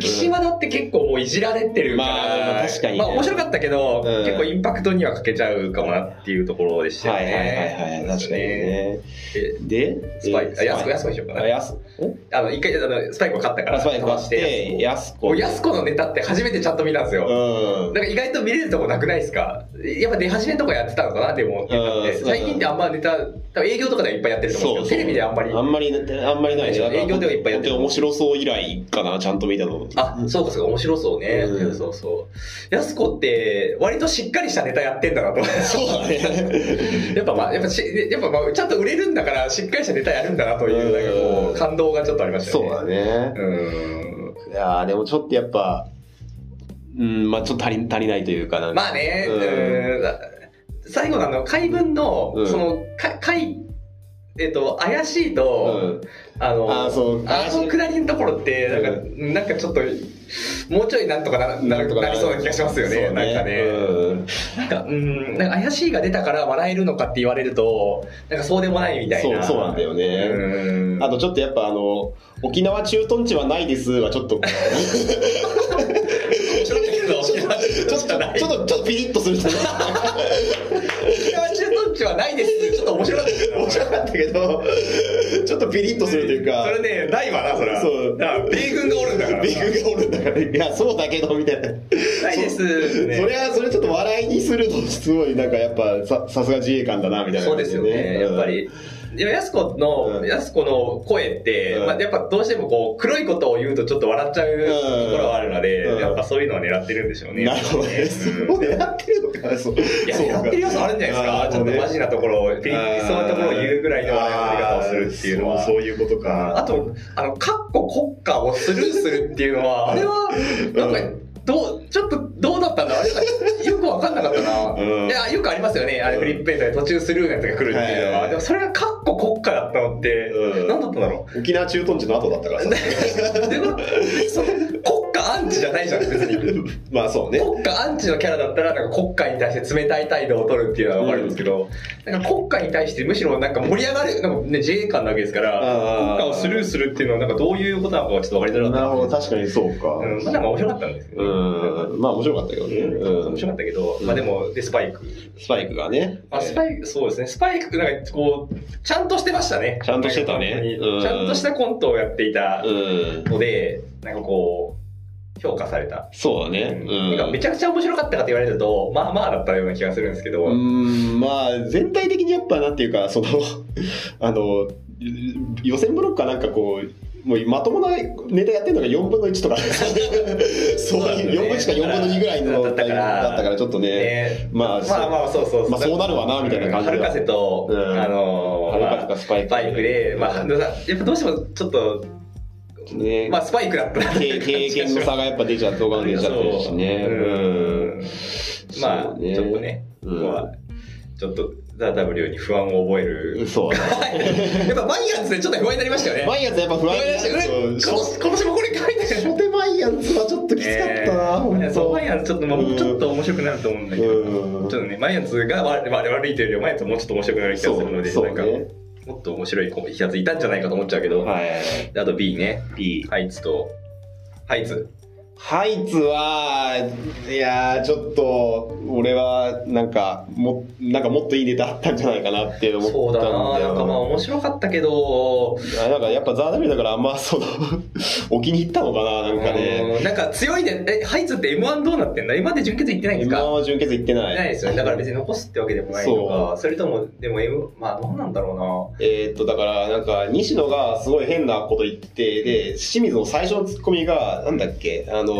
[SPEAKER 2] 岸和田って結構もういじられてるから、
[SPEAKER 3] まあまあ確かにね
[SPEAKER 2] まあ面白かったけど、
[SPEAKER 3] うん
[SPEAKER 2] 結構インパクトには欠けちゃうかもなっていうところでしたよ
[SPEAKER 3] はいはい
[SPEAKER 2] ね。
[SPEAKER 3] はいはい、確かにね。
[SPEAKER 2] で
[SPEAKER 3] で、
[SPEAKER 2] スパイ、あ、やすこ、やすこにしようか
[SPEAKER 3] あ、
[SPEAKER 2] な。
[SPEAKER 3] やす、ん
[SPEAKER 2] あの、一回、あの、スパイクを勝ったから。
[SPEAKER 3] あスパイク買って、
[SPEAKER 2] や
[SPEAKER 3] やす
[SPEAKER 2] すこ。
[SPEAKER 3] こ。
[SPEAKER 2] やすこのネタって初めてちゃんと見たんですよ。
[SPEAKER 3] うん。
[SPEAKER 2] なんか意外と見れるとこなくないですかやっぱ出始めとかやってたのかなでもネタって
[SPEAKER 3] うん
[SPEAKER 2] 最近ってあんまネタ多分営業とかではいっぱいやってると思うんですけどテレビであんまり
[SPEAKER 3] あんまり、あんまりないね。
[SPEAKER 2] 営業ではいっぱいやって
[SPEAKER 3] 本当
[SPEAKER 2] る
[SPEAKER 3] に面白そう以来かな、ちゃんと見たの。
[SPEAKER 2] あそうかそうか面白そうね、
[SPEAKER 3] うん
[SPEAKER 2] そうそうやすこって割としっかりしたネタやってんだなと
[SPEAKER 3] そうだね。
[SPEAKER 2] やっぱまあやっぱしやっぱまあちゃんと売れるんだからしっかりしたネタやるんだなというなんかこ
[SPEAKER 3] うん
[SPEAKER 2] う感動がちょっとありました
[SPEAKER 3] そうだ
[SPEAKER 2] よね
[SPEAKER 3] ね。
[SPEAKER 2] うん
[SPEAKER 3] いやーでもちょっとやっぱ、うん、まあちょっと足り足りないというかなんか。
[SPEAKER 2] まあね、
[SPEAKER 3] うん
[SPEAKER 2] うん最後のあの解文の、
[SPEAKER 3] うん
[SPEAKER 2] そのか解えっと怪しいと、
[SPEAKER 3] うん
[SPEAKER 2] あの
[SPEAKER 3] あーそう
[SPEAKER 2] あの下りのところってなんか、
[SPEAKER 3] う
[SPEAKER 2] なんかちょっともうちょいなんとかなな
[SPEAKER 3] とか
[SPEAKER 2] なりそうな気がしますよね
[SPEAKER 3] そう
[SPEAKER 2] なんかね、
[SPEAKER 3] うん
[SPEAKER 2] なんかうんなんか怪しいが出たから笑えるのかって言われるとなんかそうでもないみたいな
[SPEAKER 3] そうそうなんだよね
[SPEAKER 2] うん
[SPEAKER 3] あとちょっとやっぱあの、沖縄駐屯地はないですはちょっ
[SPEAKER 2] <laughs>
[SPEAKER 3] と、ちょっと、ち
[SPEAKER 2] ちょっとない
[SPEAKER 3] ょっと、ちょっとピリッとすると
[SPEAKER 2] 沖縄駐屯地はないですちょっと面白かったけど
[SPEAKER 3] 面白かったけど、 <laughs> ちょっとピリッとするというか、
[SPEAKER 2] それねないわなそれは
[SPEAKER 3] そう
[SPEAKER 2] だから米軍がおるんだから
[SPEAKER 3] ビッグがおるんだから、いや、そうだけど、みたいな。
[SPEAKER 2] ないです、ね、
[SPEAKER 3] それは、それちょっと笑いにすると、すごい、なんかやっぱ、さ、さすが自衛官だな、みたいな
[SPEAKER 2] そう
[SPEAKER 3] 感
[SPEAKER 2] で
[SPEAKER 3] じ
[SPEAKER 2] す
[SPEAKER 3] で
[SPEAKER 2] よ
[SPEAKER 3] ね、
[SPEAKER 2] ね、やっぱ
[SPEAKER 3] うん。
[SPEAKER 2] り。でも、やすこ
[SPEAKER 3] うん
[SPEAKER 2] の、やすこの声って、
[SPEAKER 3] うん
[SPEAKER 2] まあ、やっぱどうしてもこう、黒いことを言うとちょっと笑っちゃうところはあるので、
[SPEAKER 3] うん
[SPEAKER 2] やっぱそういうのを狙ってるんでしょうね。
[SPEAKER 3] なるほど
[SPEAKER 2] や
[SPEAKER 3] ね。
[SPEAKER 2] っぱ
[SPEAKER 3] そ
[SPEAKER 2] りね
[SPEAKER 3] う狙ってるのかな、そう。
[SPEAKER 2] いや、
[SPEAKER 3] そうか
[SPEAKER 2] 狙ってる要素あるんじゃないです
[SPEAKER 3] あ
[SPEAKER 2] か。
[SPEAKER 3] ー
[SPEAKER 2] ちょっと
[SPEAKER 3] ね
[SPEAKER 2] マジなところを、ピリッとそうなところを言うぐらいの笑いのやり方をするっていうの
[SPEAKER 3] あー
[SPEAKER 2] は
[SPEAKER 3] そう。そういうことか。
[SPEAKER 2] あと、あの、かっこ国家をスルーするっていうのは、あれは、なんか、どう、ちょっとどうだったんだあれなんかよくわかんなかったな。
[SPEAKER 3] うん
[SPEAKER 2] いや、よくありますよね。あれ、
[SPEAKER 3] うん
[SPEAKER 2] フリップエンドで途中スルーのやつが来るっていうの
[SPEAKER 3] はいはいは
[SPEAKER 2] は。
[SPEAKER 3] い
[SPEAKER 2] でも、それがかっこ国家だったのって
[SPEAKER 3] うん、
[SPEAKER 2] 何だったんだろ
[SPEAKER 3] 沖縄駐屯地の後だった
[SPEAKER 2] <laughs>
[SPEAKER 3] からさ。
[SPEAKER 2] う。でも、その国家アンチじゃないじゃん、別に。
[SPEAKER 3] まあそうね。
[SPEAKER 2] 国家アンチのキャラだったら、なんか国家に対して冷たい態度を取るっていうのはわかるんですけど、なんか国家に対してむしろなんか盛り上がる、なんかね、自衛官なわけですから、国家をスルーするっていうのはなんかどういうことなのかはちょっとわかりづらか
[SPEAKER 3] な
[SPEAKER 2] っ
[SPEAKER 3] るほど、確かにそうか。
[SPEAKER 2] た。うん、まあなんか面白かったんですけど、
[SPEAKER 3] うん。まあ面白かったけどね。
[SPEAKER 2] うん
[SPEAKER 3] うん
[SPEAKER 2] 面白かったけど、まあでも、で、スパイク。
[SPEAKER 3] スパイクがね。
[SPEAKER 2] あスパイク、そうですね。スパイク、なんかこう、ちゃんとしてましたね。
[SPEAKER 3] ちゃんとしてたね
[SPEAKER 2] 本当に
[SPEAKER 3] うん
[SPEAKER 2] ちゃんとしたコントをやっていた
[SPEAKER 3] うん。
[SPEAKER 2] ので、なんかこう、評価された。
[SPEAKER 3] そうだね。うん。
[SPEAKER 2] なんかめちゃくちゃ面白かったかと言われると、まあまあだったような気がするんですけど、
[SPEAKER 3] うーんまあ全体的にやっぱなんていうかその <laughs> あの予選ブロックはなんかこうもうまともなネタやってるのが4分の1とか
[SPEAKER 2] <laughs>
[SPEAKER 3] そう
[SPEAKER 2] そうなんだよ
[SPEAKER 3] いう
[SPEAKER 2] ね
[SPEAKER 3] 4分しか4分の2ぐらいの
[SPEAKER 2] だったから
[SPEAKER 3] だったからちょっとね
[SPEAKER 2] ね、
[SPEAKER 3] まあ
[SPEAKER 2] まあまあそうそうそう。
[SPEAKER 3] まあそうなるわなみたいな感じで
[SPEAKER 2] ハルカセと、
[SPEAKER 3] うん
[SPEAKER 2] あのー、
[SPEAKER 3] ハルカセ
[SPEAKER 2] ま
[SPEAKER 3] かスパイ
[SPEAKER 2] あ
[SPEAKER 3] ク
[SPEAKER 2] バイクで、まあ、あのやっぱどうしてもちょっと、
[SPEAKER 3] ね
[SPEAKER 2] まあスパイクだったなってい
[SPEAKER 3] 経
[SPEAKER 2] う感
[SPEAKER 3] 経
[SPEAKER 2] じがしま
[SPEAKER 3] 験
[SPEAKER 2] す
[SPEAKER 3] の差がやっぱ出ちゃう動画が出ちゃってるしね
[SPEAKER 2] そううんま
[SPEAKER 3] そ
[SPEAKER 2] あ、
[SPEAKER 3] うね
[SPEAKER 2] ちょっとね、
[SPEAKER 3] うん
[SPEAKER 2] ここは、ちょっと、ザ・ W に不安を覚え
[SPEAKER 3] うん <laughs>
[SPEAKER 2] る。
[SPEAKER 3] そうだね
[SPEAKER 2] やっぱ、マイアンツでちょっと不安になりましたよね。
[SPEAKER 3] マイアンズやっぱ不
[SPEAKER 2] 不
[SPEAKER 3] 安
[SPEAKER 2] 安になりましたよね。う
[SPEAKER 3] そ
[SPEAKER 2] ん
[SPEAKER 3] う
[SPEAKER 2] 今年今年もこれ書いてる。
[SPEAKER 3] 初手マイアンズはちょっときつかったな、本当
[SPEAKER 2] ねそうマイアンツちょっと、まあ
[SPEAKER 3] うん
[SPEAKER 2] ちょっと面白くなると思うんだけど。
[SPEAKER 3] うん
[SPEAKER 2] ちょっとね、マイアンツが悪い悪いというよりは、マイアンツはもうちょっと面白くなる気がするので、
[SPEAKER 3] そう
[SPEAKER 2] なんか、
[SPEAKER 3] そうね
[SPEAKER 2] もっと面白い子やついたんじゃないかと思っちゃうけど、
[SPEAKER 3] はい。
[SPEAKER 2] であと B ね、
[SPEAKER 3] B。
[SPEAKER 2] ハイツと、ハイツ。
[SPEAKER 3] ハイツは、いやー、ちょっと、俺は、なんか、も、なんかもっといいネタあったんじゃないかなって思
[SPEAKER 2] そう
[SPEAKER 3] った
[SPEAKER 2] だ
[SPEAKER 3] んだ
[SPEAKER 2] な
[SPEAKER 3] よ
[SPEAKER 2] なんかまあ面白かったけど、
[SPEAKER 3] あなんかやっぱザーダビルだからあんま、その、お気に入ったのかな、なんかね。
[SPEAKER 2] うんなんか強いね。え、ハイツって M1 どうなってんだ ?M1 って準決いってないんです
[SPEAKER 3] M1
[SPEAKER 2] か
[SPEAKER 3] は純潔行ってない。
[SPEAKER 2] ないですよね。だから別に残すってわけでもないと
[SPEAKER 3] そ
[SPEAKER 2] か、それとも、でも M、まあどうなんだろ
[SPEAKER 3] えーっと、だから、なんか、西野がすごい変なこと言ってて、で、清水の最初のツッコミが、なんだっけ、あの、
[SPEAKER 2] うな。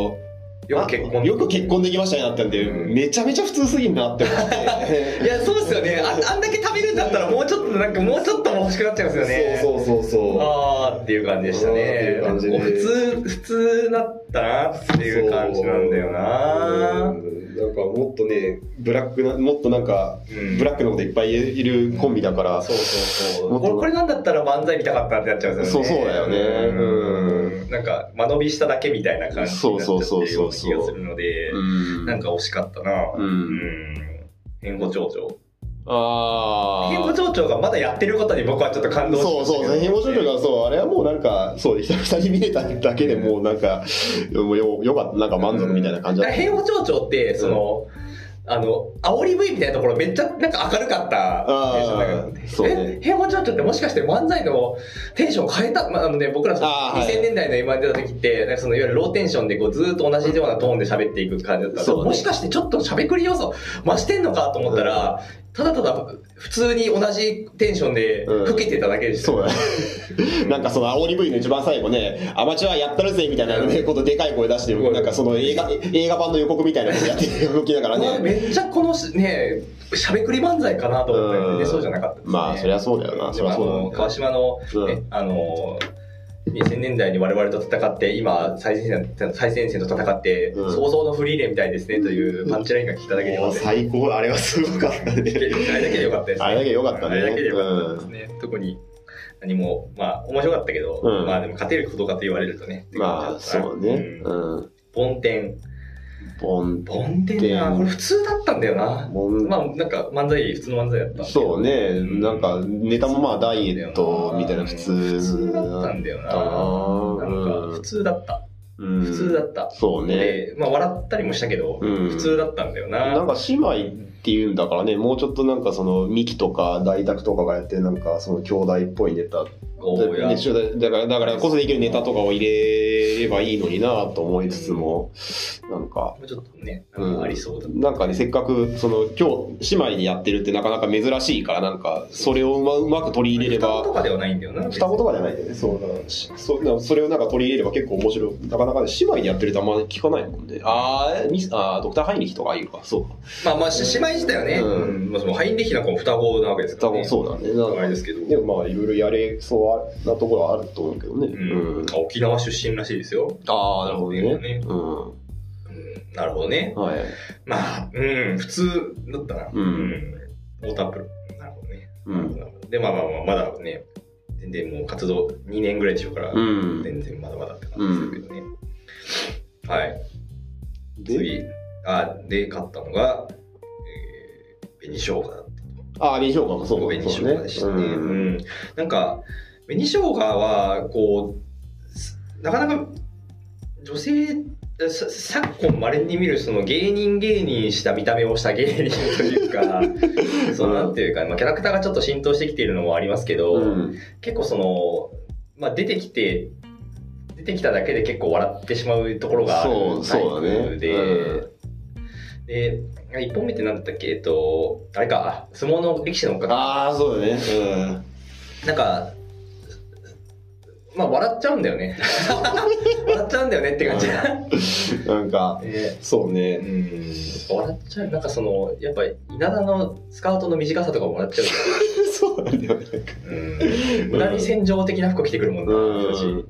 [SPEAKER 2] よく結婚。
[SPEAKER 3] あよく結。婚できましたねなったんで、
[SPEAKER 2] うん
[SPEAKER 3] めちゃめちゃ普通すぎんなって思って。
[SPEAKER 2] いや、そうですよね。ああんだけ食べるんだったらもうちょっと、なんかもうちょっとも欲しくなっちゃいますよね。う
[SPEAKER 3] そうそうそうそう。
[SPEAKER 2] あーっていう感じでした
[SPEAKER 3] あーってい
[SPEAKER 2] ね。
[SPEAKER 3] う感じで
[SPEAKER 2] 普通、普通だったなっていう感じなんだよな
[SPEAKER 3] う。んなんかもっとねブラックなもっとなんか、
[SPEAKER 2] うん
[SPEAKER 3] ブラックのこといっぱいいるコンビだから、
[SPEAKER 2] そうそ
[SPEAKER 3] も
[SPEAKER 2] うそう。
[SPEAKER 3] っ
[SPEAKER 2] ことれこれなんだったら漫才見たかったってなっちゃうんですよね。
[SPEAKER 3] そうそうだよね
[SPEAKER 2] うん。なんか間延びしただけみたいな感じになっちゃってるような気がするので、
[SPEAKER 3] ん
[SPEAKER 2] なんか惜しかったな。
[SPEAKER 3] うん
[SPEAKER 2] ん。変更長々。
[SPEAKER 3] ああ
[SPEAKER 2] 変
[SPEAKER 3] あ
[SPEAKER 2] 部。町長がまだやってることに僕はちょっと感動し
[SPEAKER 3] そう
[SPEAKER 2] ました
[SPEAKER 3] そうそう、変貌症状が、そう、あれはもうなんか、そう、久々に見れただけでもうなんか、もうよよかった、なんか満足みたいな感じだった。
[SPEAKER 2] 平和町長って、その、あの、煽り V みたいなところめっちゃなんか明るかった
[SPEAKER 3] あー
[SPEAKER 2] テンションだから
[SPEAKER 3] そうね
[SPEAKER 2] え平和町長ってもしかして漫才のテンション変えた、まあ、あのね、僕らその
[SPEAKER 3] あーはい
[SPEAKER 2] 2000年代の今出た時って、なんかそのいわゆるローテンションでこうずーっと同じようなトーンで喋っていく感じだったんで、
[SPEAKER 3] そうね
[SPEAKER 2] もしかしてちょっと喋くり要素増してんのかと思ったら、ただただ普通に同じテンションで吹けてただけでした。
[SPEAKER 3] そうだね。なんかその煽り V の一番最後ね、アマチュアやったるぜみたいなね、ことでかい声出して、
[SPEAKER 2] うん
[SPEAKER 3] なんかその映画、映画版の予告みたいなことやってる動きだから
[SPEAKER 2] これ
[SPEAKER 3] ね。
[SPEAKER 2] めっちゃこのしね、喋くり漫才かなと思ったんで、
[SPEAKER 3] うん
[SPEAKER 2] そうじゃなかったですね。
[SPEAKER 3] まあ、そりゃそうだよな、そり
[SPEAKER 2] でも
[SPEAKER 3] ゃ
[SPEAKER 2] あ
[SPEAKER 3] そうだよ
[SPEAKER 2] の
[SPEAKER 3] ね
[SPEAKER 2] 川島の,、ね
[SPEAKER 3] うん
[SPEAKER 2] あの2000年代に我々と戦って今最前線最前線と戦って、
[SPEAKER 3] うん
[SPEAKER 2] 想像のフリーレンみたいですねというパンチラインが聞いただけでよ
[SPEAKER 3] も
[SPEAKER 2] か
[SPEAKER 3] <laughs> う
[SPEAKER 2] ったです、
[SPEAKER 3] 最高、あれはすごかった
[SPEAKER 2] あれ
[SPEAKER 3] ね。
[SPEAKER 2] だけでよかったですね
[SPEAKER 3] あれだけでよかったね
[SPEAKER 2] あれだけでよかったですね、特に何もまあ面白かったけど、
[SPEAKER 3] うん
[SPEAKER 2] まあでも勝てることかと言われるとね
[SPEAKER 3] まあ、そうね。
[SPEAKER 2] うん
[SPEAKER 3] うん。
[SPEAKER 2] 梵天
[SPEAKER 3] ボン、
[SPEAKER 2] 梵天なこれ普通だったんだよな
[SPEAKER 3] ボン
[SPEAKER 2] まあなんか漫才普通の漫才だった
[SPEAKER 3] そうね、なんかネタもまあダイエットみたいな普通
[SPEAKER 2] 普通だったんだよななんか普通だった、
[SPEAKER 3] うん
[SPEAKER 2] 普通だった、
[SPEAKER 3] そうね。
[SPEAKER 2] で、まあ、笑ったりもしたけど、
[SPEAKER 3] うん
[SPEAKER 2] 普通だったんだよな
[SPEAKER 3] なんか姉妹っていうんだからね、もうちょっとなんかそのミキとか大拓とかがやってるなんかその兄弟っぽいネタ
[SPEAKER 2] こうや
[SPEAKER 3] ね
[SPEAKER 2] っ
[SPEAKER 3] ちょだからだからこそできるネタとかを入れればいいのになと思いつつも、なんか。
[SPEAKER 2] ちょっとね
[SPEAKER 3] うん
[SPEAKER 2] なんかありそうだ、
[SPEAKER 3] なんかね、せっかく、その、今日、姉妹でやってるってなかなか珍しいから、なんか、それをうまうまく取り入れれ
[SPEAKER 2] 双
[SPEAKER 3] ば
[SPEAKER 2] 子、とかではないんだよな
[SPEAKER 3] 双子とかじゃないんだよね。そうだからしそうなそれをなんか取り入れれば結構面白い。なかなかね、姉妹でやってるとあんま聞かないもんで。あーえミス、あードクターハイニヒとかいうか、そうか。
[SPEAKER 2] まあまあし姉妹自体はね、
[SPEAKER 3] うん
[SPEAKER 2] うんまあ、そのハインリヒなんかも双子なわけですか
[SPEAKER 3] 双
[SPEAKER 2] ら、ね、
[SPEAKER 3] 子、そうだね。
[SPEAKER 2] あ
[SPEAKER 3] な
[SPEAKER 2] れ
[SPEAKER 3] んか
[SPEAKER 2] ですけど
[SPEAKER 3] でもまあ、いろいろやれそうなところはあると思うけどね。
[SPEAKER 2] うん
[SPEAKER 3] うん
[SPEAKER 2] あ沖縄出身らしいですよ、
[SPEAKER 3] ああ、なるほどね。
[SPEAKER 2] ね
[SPEAKER 3] う
[SPEAKER 2] うん、なるほどね
[SPEAKER 3] ん。はい。
[SPEAKER 2] まあうん普通だったな
[SPEAKER 3] うん
[SPEAKER 2] うん、太田プロなるほどね
[SPEAKER 3] うん。
[SPEAKER 2] でまあまあまあまだね全然もう活動2年ぐらいでしょうから、
[SPEAKER 3] うん。
[SPEAKER 2] 全然まだまだって感じするけどね、はい
[SPEAKER 3] で、
[SPEAKER 2] 次あで勝ったのが、えー、紅生姜だった
[SPEAKER 3] ああ、紅生姜もそう
[SPEAKER 2] 紅
[SPEAKER 3] そう
[SPEAKER 2] 生姜でしたね
[SPEAKER 3] う
[SPEAKER 2] うん
[SPEAKER 3] ん。
[SPEAKER 2] なんか紅生姜はこうすなかなか女性さ昨今まれに見るその芸人芸人した見た目をした芸人とい
[SPEAKER 3] <laughs>
[SPEAKER 2] うかそのなんていうか、まあ、キャラクターがちょっと浸透してきているのもありますけど、
[SPEAKER 3] うん。
[SPEAKER 2] 結構その、まあ、出てきて出てきただけで結構笑ってしまうところがある
[SPEAKER 3] そうそうだね
[SPEAKER 2] タイプで、
[SPEAKER 3] う
[SPEAKER 2] で1本目って何だったっけえっとあれかあ相撲の力士の方か
[SPEAKER 3] ああ、そうだね。うん。
[SPEAKER 2] なんかまあ笑っちゃうんだよ
[SPEAKER 3] <laughs>
[SPEAKER 2] ね笑っちゃうんだよねって感じ、
[SPEAKER 3] なんか、
[SPEAKER 2] え
[SPEAKER 3] そう
[SPEAKER 2] ー
[SPEAKER 3] ね。 <laughs>
[SPEAKER 2] うん笑っちゃうなんかそのやっぱ稲田のスカートの短さとかも笑っちゃう
[SPEAKER 3] そうなんだよね。
[SPEAKER 2] うん無駄に戦場的な服着てくるもんな、私
[SPEAKER 3] うん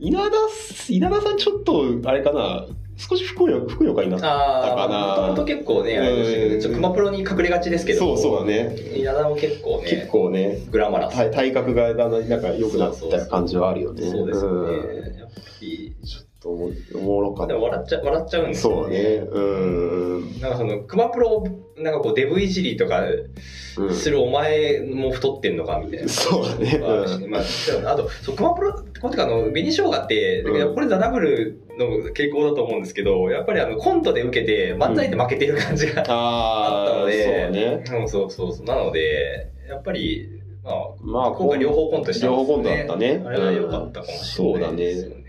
[SPEAKER 3] 稲田す、稲田さんちょっと、あれかな、少しふくよ、ふくよかになった。
[SPEAKER 2] あ
[SPEAKER 3] かな
[SPEAKER 2] あ、もともと結構ね、あれでしたけど、ちょっと熊プロに隠れがちですけど、
[SPEAKER 3] そうそうだね。
[SPEAKER 2] 稲田も結構
[SPEAKER 3] 結
[SPEAKER 2] ね、
[SPEAKER 3] 構ね、
[SPEAKER 2] グラマラス。
[SPEAKER 3] 体体格がだんだんなんか良くなった感じはあるよね。
[SPEAKER 2] そうですよ
[SPEAKER 3] ん
[SPEAKER 2] ね。やっぱり、
[SPEAKER 3] ちょっとおもおもろかっ
[SPEAKER 2] でも
[SPEAKER 3] た。
[SPEAKER 2] 笑っちゃ笑っちゃうんです
[SPEAKER 3] そう
[SPEAKER 2] よ
[SPEAKER 3] ね。うん。
[SPEAKER 2] なんかその、熊プロ、なんかこう、デブいじりとか
[SPEAKER 3] うん
[SPEAKER 2] するお前も太ってんのかみたいな。
[SPEAKER 3] そうだね。 <laughs> うん
[SPEAKER 2] まあ、あと、そう熊プロ、このかあの、紅生姜って、
[SPEAKER 3] うん
[SPEAKER 2] これザ・ダブルの傾向だと思うんですけど、やっぱりあの、コントで受けて、漫才で負けてる感じが、あった
[SPEAKER 3] ああ、
[SPEAKER 2] の
[SPEAKER 3] そう
[SPEAKER 2] で、
[SPEAKER 3] ね。
[SPEAKER 2] うん、そうそうそう。なので、やっぱり、まあ、
[SPEAKER 3] まあ、
[SPEAKER 2] 今回両方コントしたんで
[SPEAKER 3] 両方
[SPEAKER 2] すね
[SPEAKER 3] コントだったね
[SPEAKER 2] あれは良かったかもしれないですよね。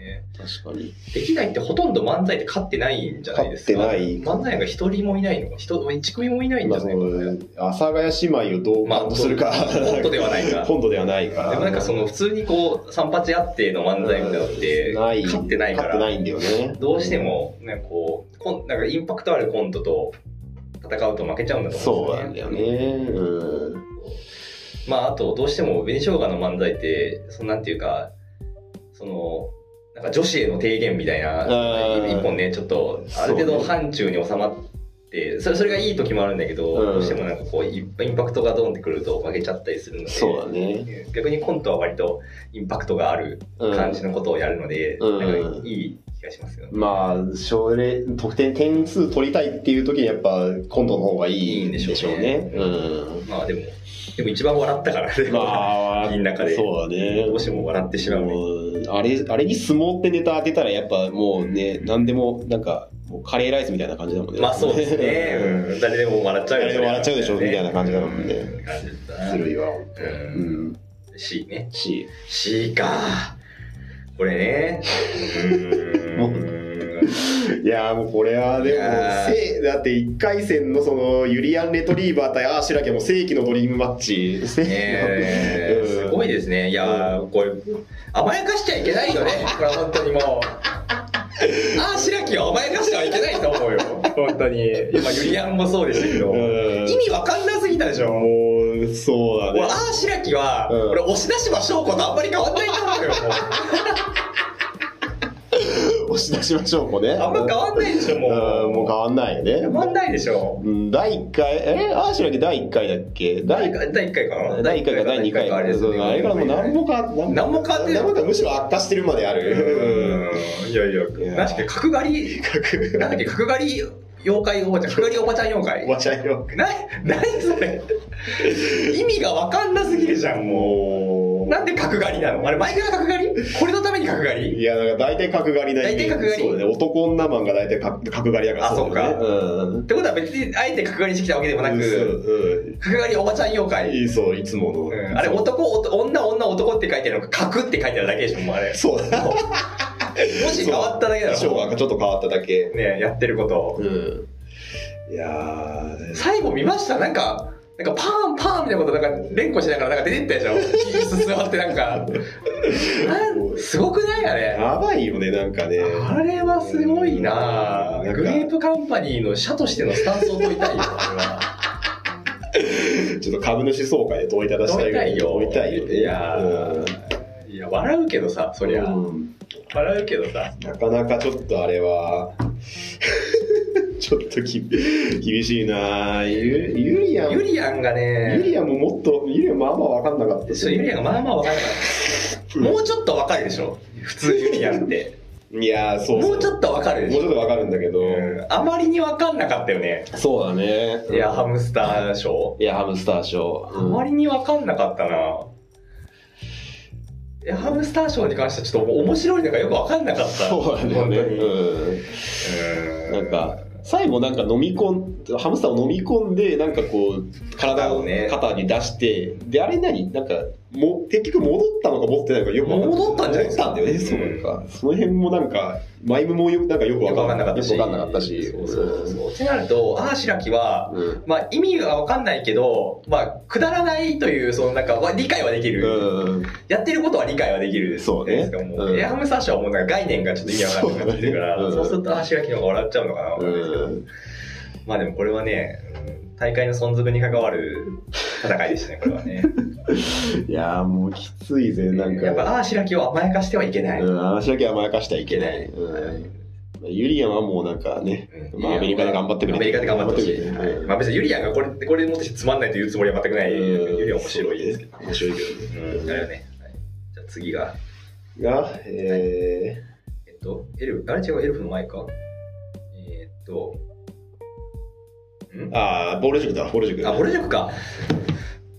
[SPEAKER 3] 確かに。
[SPEAKER 2] 歴代ってほとんど漫才って勝ってないんじゃないですか。
[SPEAKER 3] 勝ってない
[SPEAKER 2] 漫才が一人もいないのか、一一組もいないんじ
[SPEAKER 3] まあ、
[SPEAKER 2] ゃ
[SPEAKER 3] そ
[SPEAKER 2] ないかな。
[SPEAKER 3] の、阿佐ヶ谷姉妹をどう
[SPEAKER 2] まあ
[SPEAKER 3] カウントするか。
[SPEAKER 2] コントではな
[SPEAKER 3] <laughs>
[SPEAKER 2] いか。
[SPEAKER 3] コントではないから。
[SPEAKER 2] でもなんかその普通にこう、三八あっての漫才みたいなのって、
[SPEAKER 3] ない
[SPEAKER 2] 勝ってないか
[SPEAKER 3] 勝って
[SPEAKER 2] ら、
[SPEAKER 3] ないんだよね。
[SPEAKER 2] どうしても、なんかこう、こんなんかインパクトあるコントと戦うと負けちゃうんだと
[SPEAKER 3] そ
[SPEAKER 2] 思
[SPEAKER 3] ううんなん
[SPEAKER 2] で
[SPEAKER 3] だ
[SPEAKER 2] すよ
[SPEAKER 3] よ
[SPEAKER 2] ね。
[SPEAKER 3] ね。うん。
[SPEAKER 2] まああとどうしても紅生姜の漫才ってそのなんていうかそのなんか女子への提言みたいな
[SPEAKER 3] うん
[SPEAKER 2] 一本ねちょっとある程度範疇に収まってそれそれがいい時もあるんだけど、
[SPEAKER 3] うん
[SPEAKER 2] どうしてもなんかこうインインパクトがドンってくると負けちゃったりするので
[SPEAKER 3] そうだね。
[SPEAKER 2] 逆にコントは割とインパクトがある
[SPEAKER 3] うん
[SPEAKER 2] 感じのことをやるので、
[SPEAKER 3] うん
[SPEAKER 2] なんかいい比がしますよね。
[SPEAKER 3] まあ、それ、得点、点数取りたいっていう時にやっぱ、今度の方がいいんでしょうね。う
[SPEAKER 2] まあでも、でも一番笑ったからね。
[SPEAKER 3] ん。まあ、
[SPEAKER 2] みんな中で
[SPEAKER 3] そうだね。
[SPEAKER 2] どうしても笑ってしまうね。
[SPEAKER 3] うんあれ、あれに相撲ってネタ当てたら、やっぱもうね、何でも、なんか、もうカレーライスみたいな感じだもんね。
[SPEAKER 2] まあそうですね。うん、誰でも笑っちゃうよ
[SPEAKER 3] 誰でも笑っちゃうでしょみたいな感じだもんね
[SPEAKER 2] うん感じだったな
[SPEAKER 3] ずるいわ。う
[SPEAKER 2] うん
[SPEAKER 3] ん。
[SPEAKER 2] C ね。
[SPEAKER 3] し、
[SPEAKER 2] C か。これね。
[SPEAKER 3] も
[SPEAKER 2] う
[SPEAKER 3] う
[SPEAKER 2] ー
[SPEAKER 3] い
[SPEAKER 2] ん。
[SPEAKER 3] やーもうこれはでも
[SPEAKER 2] いやー
[SPEAKER 3] せいだって1回戦のそのユリアン・レトリーバー対アーシュラケも世紀のドリームマッチ世紀の
[SPEAKER 2] ねえ
[SPEAKER 3] うん
[SPEAKER 2] すごいですね。いやー、これ、甘やかしちゃいけないよね。これは本当
[SPEAKER 3] <laughs>
[SPEAKER 2] にもう。ああ、白木は甘やかしてはいけないと思うよ。本当に。今、ユリアンもそうでしたけど。
[SPEAKER 3] うん
[SPEAKER 2] 意味わかんなすぎたでしょ。
[SPEAKER 3] もうそうだ
[SPEAKER 2] 俺、あ <laughs>
[SPEAKER 3] ね
[SPEAKER 2] あ、白木は、
[SPEAKER 3] うん
[SPEAKER 2] 俺、押し出しましょうことあんまり変わんないと思
[SPEAKER 3] <laughs>
[SPEAKER 2] うよ。も
[SPEAKER 3] 押し出しましょうこれ
[SPEAKER 2] うあんま変わんないでしょ、も
[SPEAKER 3] う
[SPEAKER 2] う。
[SPEAKER 3] んもう変わんないよ
[SPEAKER 2] 変
[SPEAKER 3] ね
[SPEAKER 2] わんないでしょ。
[SPEAKER 3] うん第1回えアーシュラケ第1回だっけ
[SPEAKER 2] 第
[SPEAKER 3] 第
[SPEAKER 2] 1回かな
[SPEAKER 3] 第1回か第2回
[SPEAKER 2] 第一
[SPEAKER 3] か
[SPEAKER 2] あれです
[SPEAKER 3] そう
[SPEAKER 2] ね。
[SPEAKER 3] あれからもう何も変わん
[SPEAKER 2] 何も変わってない
[SPEAKER 3] 何もむしろ悪化してるまである
[SPEAKER 2] うんいやいや、
[SPEAKER 3] や
[SPEAKER 2] なんだっけ、角刈り、なんだっけ、角刈り妖怪おばちゃん、角刈りおばちゃん妖
[SPEAKER 3] お
[SPEAKER 2] 怪。
[SPEAKER 3] ばちゃんよ
[SPEAKER 2] な、なにそれ。意味がわかんなすぎるじゃん、もう。なんで角刈りなのあれ、前から角刈りこれのために角刈り
[SPEAKER 3] いや、なんか大体角刈りなイメージ
[SPEAKER 2] 大体角刈り
[SPEAKER 3] そうだね。男女マンが大体角角刈りだから。
[SPEAKER 2] あそうか
[SPEAKER 3] だねうん
[SPEAKER 2] ってことは別に、あえて角刈りにしてきたわけでもなく、
[SPEAKER 3] うん
[SPEAKER 2] 角刈りおばちゃん妖
[SPEAKER 3] うん。
[SPEAKER 2] 怪。
[SPEAKER 3] いい、そう、いつもの。
[SPEAKER 2] うんあれ、男、おと女、女、男って書いてあるのか、角って書いてあるだけでしょ、もうあれ。
[SPEAKER 3] そうだね。
[SPEAKER 2] 文字変わっただけだ
[SPEAKER 3] 衣装
[SPEAKER 2] ろ。
[SPEAKER 3] がちょっと変わっただけ。
[SPEAKER 2] ね、やってること。
[SPEAKER 3] うん。いやー
[SPEAKER 2] 最後見ましたなんか、なんかパーンパーンみたいなことなんか連呼しながらなんか出てったでしょ椅子座ってなんか。 <laughs> なんすごくないあれ。
[SPEAKER 3] やばいよね、なんかね。
[SPEAKER 2] あれはすごいな
[SPEAKER 3] うん
[SPEAKER 2] グレープカンパニーの社としてのスタンスを問いたいよ、俺は。
[SPEAKER 3] ちょっと株主総会で問いただした
[SPEAKER 2] 問
[SPEAKER 3] い
[SPEAKER 2] いたいよ。
[SPEAKER 3] 問いたいよね。
[SPEAKER 2] いやー
[SPEAKER 3] うん
[SPEAKER 2] いや、笑うけどさ、そりゃ。
[SPEAKER 3] うん
[SPEAKER 2] 笑うけどさ。
[SPEAKER 3] なかなかちょっとあれは。 <laughs> ちょっとき厳しいなーゆゆりやん
[SPEAKER 2] ユリアンが
[SPEAKER 3] ユ
[SPEAKER 2] ね、
[SPEAKER 3] リアももっと、ユリアまあまあ分かんなかったし
[SPEAKER 2] そうユリアンがまあまあわからなかった。もうちょっとわかるでしょ普通ユリアンって。
[SPEAKER 3] いやー、そうそう。
[SPEAKER 2] もうちょっとわかるで
[SPEAKER 3] もう
[SPEAKER 2] し
[SPEAKER 3] ち
[SPEAKER 2] ょ
[SPEAKER 3] ょっと分かるんだけど。
[SPEAKER 2] うんあまりにわかんなかったよね。
[SPEAKER 3] そうだね。
[SPEAKER 2] いや、ハムスターショー。
[SPEAKER 3] いや、ハムスターショー。
[SPEAKER 2] あまりに分かんなかったな。いやハムスターショーに関してはちょっと面白いのかよく分かんなかった。
[SPEAKER 3] そうなんだよね。
[SPEAKER 2] 本当に
[SPEAKER 3] うん。な
[SPEAKER 2] うん
[SPEAKER 3] か、最後なんか飲み込ん、ハムスターを飲み込んで、なんかこう、体
[SPEAKER 2] 肩を
[SPEAKER 3] を
[SPEAKER 2] ね
[SPEAKER 3] 肩に出して、で、あれ何なんか、も、結局戻ったのか戻ってないのかよく分かんない。
[SPEAKER 2] 戻ったんじゃない
[SPEAKER 3] 戻ったんだよね、そう
[SPEAKER 2] うん
[SPEAKER 3] なんか。その辺もなんか、マイムもよくなんかよく
[SPEAKER 2] よ
[SPEAKER 3] 分
[SPEAKER 2] く分
[SPEAKER 3] か
[SPEAKER 2] かん
[SPEAKER 3] んな
[SPEAKER 2] なか
[SPEAKER 3] か
[SPEAKER 2] っ
[SPEAKER 3] ったた
[SPEAKER 2] し。
[SPEAKER 3] し。よく分かんなかったし。
[SPEAKER 2] そうそうそう。ってなると、あー白木は、
[SPEAKER 3] うん
[SPEAKER 2] まあ意味が分かんないけど、まあくだらないという、そのなんかわ理解はできる。
[SPEAKER 3] うん。
[SPEAKER 2] やってることは理解はできる。
[SPEAKER 3] そうね
[SPEAKER 2] ですかもう
[SPEAKER 3] うん
[SPEAKER 2] いやハムスターショーはもうなんか概念がちょっと意味分かんなくなってきてるから、
[SPEAKER 3] そう
[SPEAKER 2] そうするとあー白木の方が笑っちゃうのかなわかんないですけど。
[SPEAKER 3] うん
[SPEAKER 2] まあでもこれはね、うん大会の存続に関わる戦いでしたね、これはね。
[SPEAKER 3] いやーもうきついぜ、 <laughs> なんか。
[SPEAKER 2] やっぱ、ああー、白木を甘やかしてはいけない。
[SPEAKER 3] うん、話だけ甘やかしてはいけない。
[SPEAKER 2] いけない
[SPEAKER 3] うんユリアンはもうなんかね、
[SPEAKER 2] うん
[SPEAKER 3] まあ、アメリカで頑張ってくれ
[SPEAKER 2] アメリカで頑張ってほしい。
[SPEAKER 3] 頑張
[SPEAKER 2] は
[SPEAKER 3] ってくれ
[SPEAKER 2] いまあ別にユリアンがこれ、これ持ってきてつまんないというつもりは全くない。
[SPEAKER 3] うん
[SPEAKER 2] ユリアン面白いですけど。
[SPEAKER 3] 面白いけ
[SPEAKER 2] うん、あれよね。はいじゃあ次が、
[SPEAKER 3] どね。が、え
[SPEAKER 2] えっと、エルフ、あれ違う、エルフの前か。えーっと、ん
[SPEAKER 3] ー、ああ、ボール塾だ、ボール塾
[SPEAKER 2] あ、俺塾か。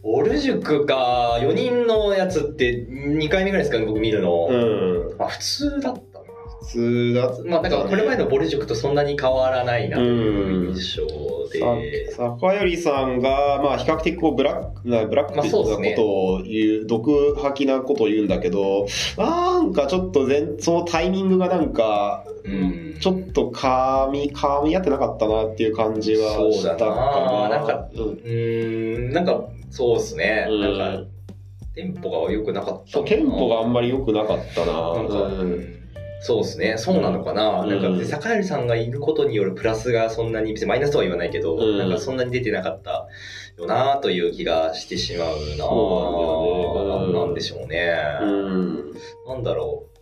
[SPEAKER 2] 俺塾か、4人のやつって2回目ぐらいですかね、僕見るの。
[SPEAKER 3] うん。
[SPEAKER 2] まあ普通だったな。
[SPEAKER 3] 普通だったね
[SPEAKER 2] まあ、だからこれまでのボル塾とそんなに変わらないなという印象で、
[SPEAKER 3] さ坂寄さんが、まあ、比較的こうブラックなブラック
[SPEAKER 2] まあ
[SPEAKER 3] な
[SPEAKER 2] そう
[SPEAKER 3] こ
[SPEAKER 2] ですね
[SPEAKER 3] とを言う、毒吐きなことを言うんだけど、なんかちょっと全そのタイミングがなんか、
[SPEAKER 2] うん
[SPEAKER 3] ちょっと噛み噛み合ってなかったなっていう感じは
[SPEAKER 2] そう
[SPEAKER 3] した
[SPEAKER 2] だな
[SPEAKER 3] かな。
[SPEAKER 2] なんか
[SPEAKER 3] うん
[SPEAKER 2] うーんなんかそうですね、
[SPEAKER 3] うん
[SPEAKER 2] なんかテンポが良くなかった
[SPEAKER 3] そうテンポがあんまり良くなかったな。
[SPEAKER 2] なんか、
[SPEAKER 3] う
[SPEAKER 2] うんんそうですねそうなのかな、
[SPEAKER 3] うん
[SPEAKER 2] なんかで坂寄さんがいることによるプラスがそんなに別にマイナスとは言わないけど、
[SPEAKER 3] うん
[SPEAKER 2] なんかそんなに出てなかったよなという気がしてしまうな
[SPEAKER 3] そうなんだよねうん
[SPEAKER 2] なんでしょうね、
[SPEAKER 3] うん
[SPEAKER 2] なんだろう。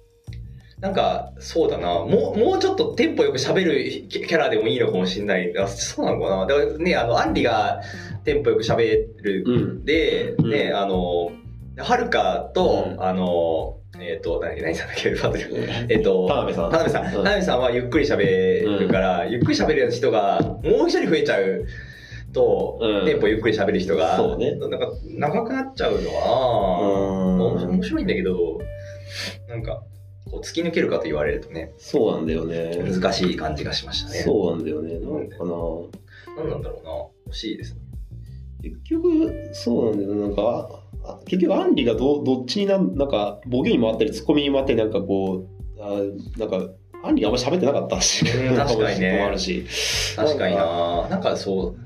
[SPEAKER 2] なんか、そうだな。もう、もうちょっとテンポよく喋るキャラでもいいのかもしれない。あそうなのかな。だからね、あの、アンリがテンポよく喋る。
[SPEAKER 3] うん
[SPEAKER 2] で、
[SPEAKER 3] うん
[SPEAKER 2] ね、あの、ではるかと、
[SPEAKER 3] うん
[SPEAKER 2] あの、えっ、と、何、何さんだっけ、パトリ
[SPEAKER 3] うん
[SPEAKER 2] えっ、と、
[SPEAKER 3] 田辺さん
[SPEAKER 2] 田辺さん。
[SPEAKER 3] うん
[SPEAKER 2] 田辺さんはゆっくり喋るから、ゆっくり喋る人が、もう一人増えちゃうと、
[SPEAKER 3] うん
[SPEAKER 2] テンポゆっくり喋る人が、
[SPEAKER 3] そうね
[SPEAKER 2] なんか、長くなっちゃうのは、
[SPEAKER 3] う
[SPEAKER 2] 面
[SPEAKER 3] ん
[SPEAKER 2] 白いんだけど、なんか、こう突き抜けるかと言われるとね、
[SPEAKER 3] そうなんだよね。
[SPEAKER 2] 難しい感じがしましたね。
[SPEAKER 3] そうなんだよね。なんかな。
[SPEAKER 2] 何なんだろうな。欲しいですね。
[SPEAKER 3] 結局そうなんだよなんかあ結局アンリがどどっちになんなんかボケにもあったりツッコミにもあったりなんかこうあなんかアンリがあんま喋ってなかったし
[SPEAKER 2] うん確かにね
[SPEAKER 3] もあるし
[SPEAKER 2] 確かにな。なんかそう、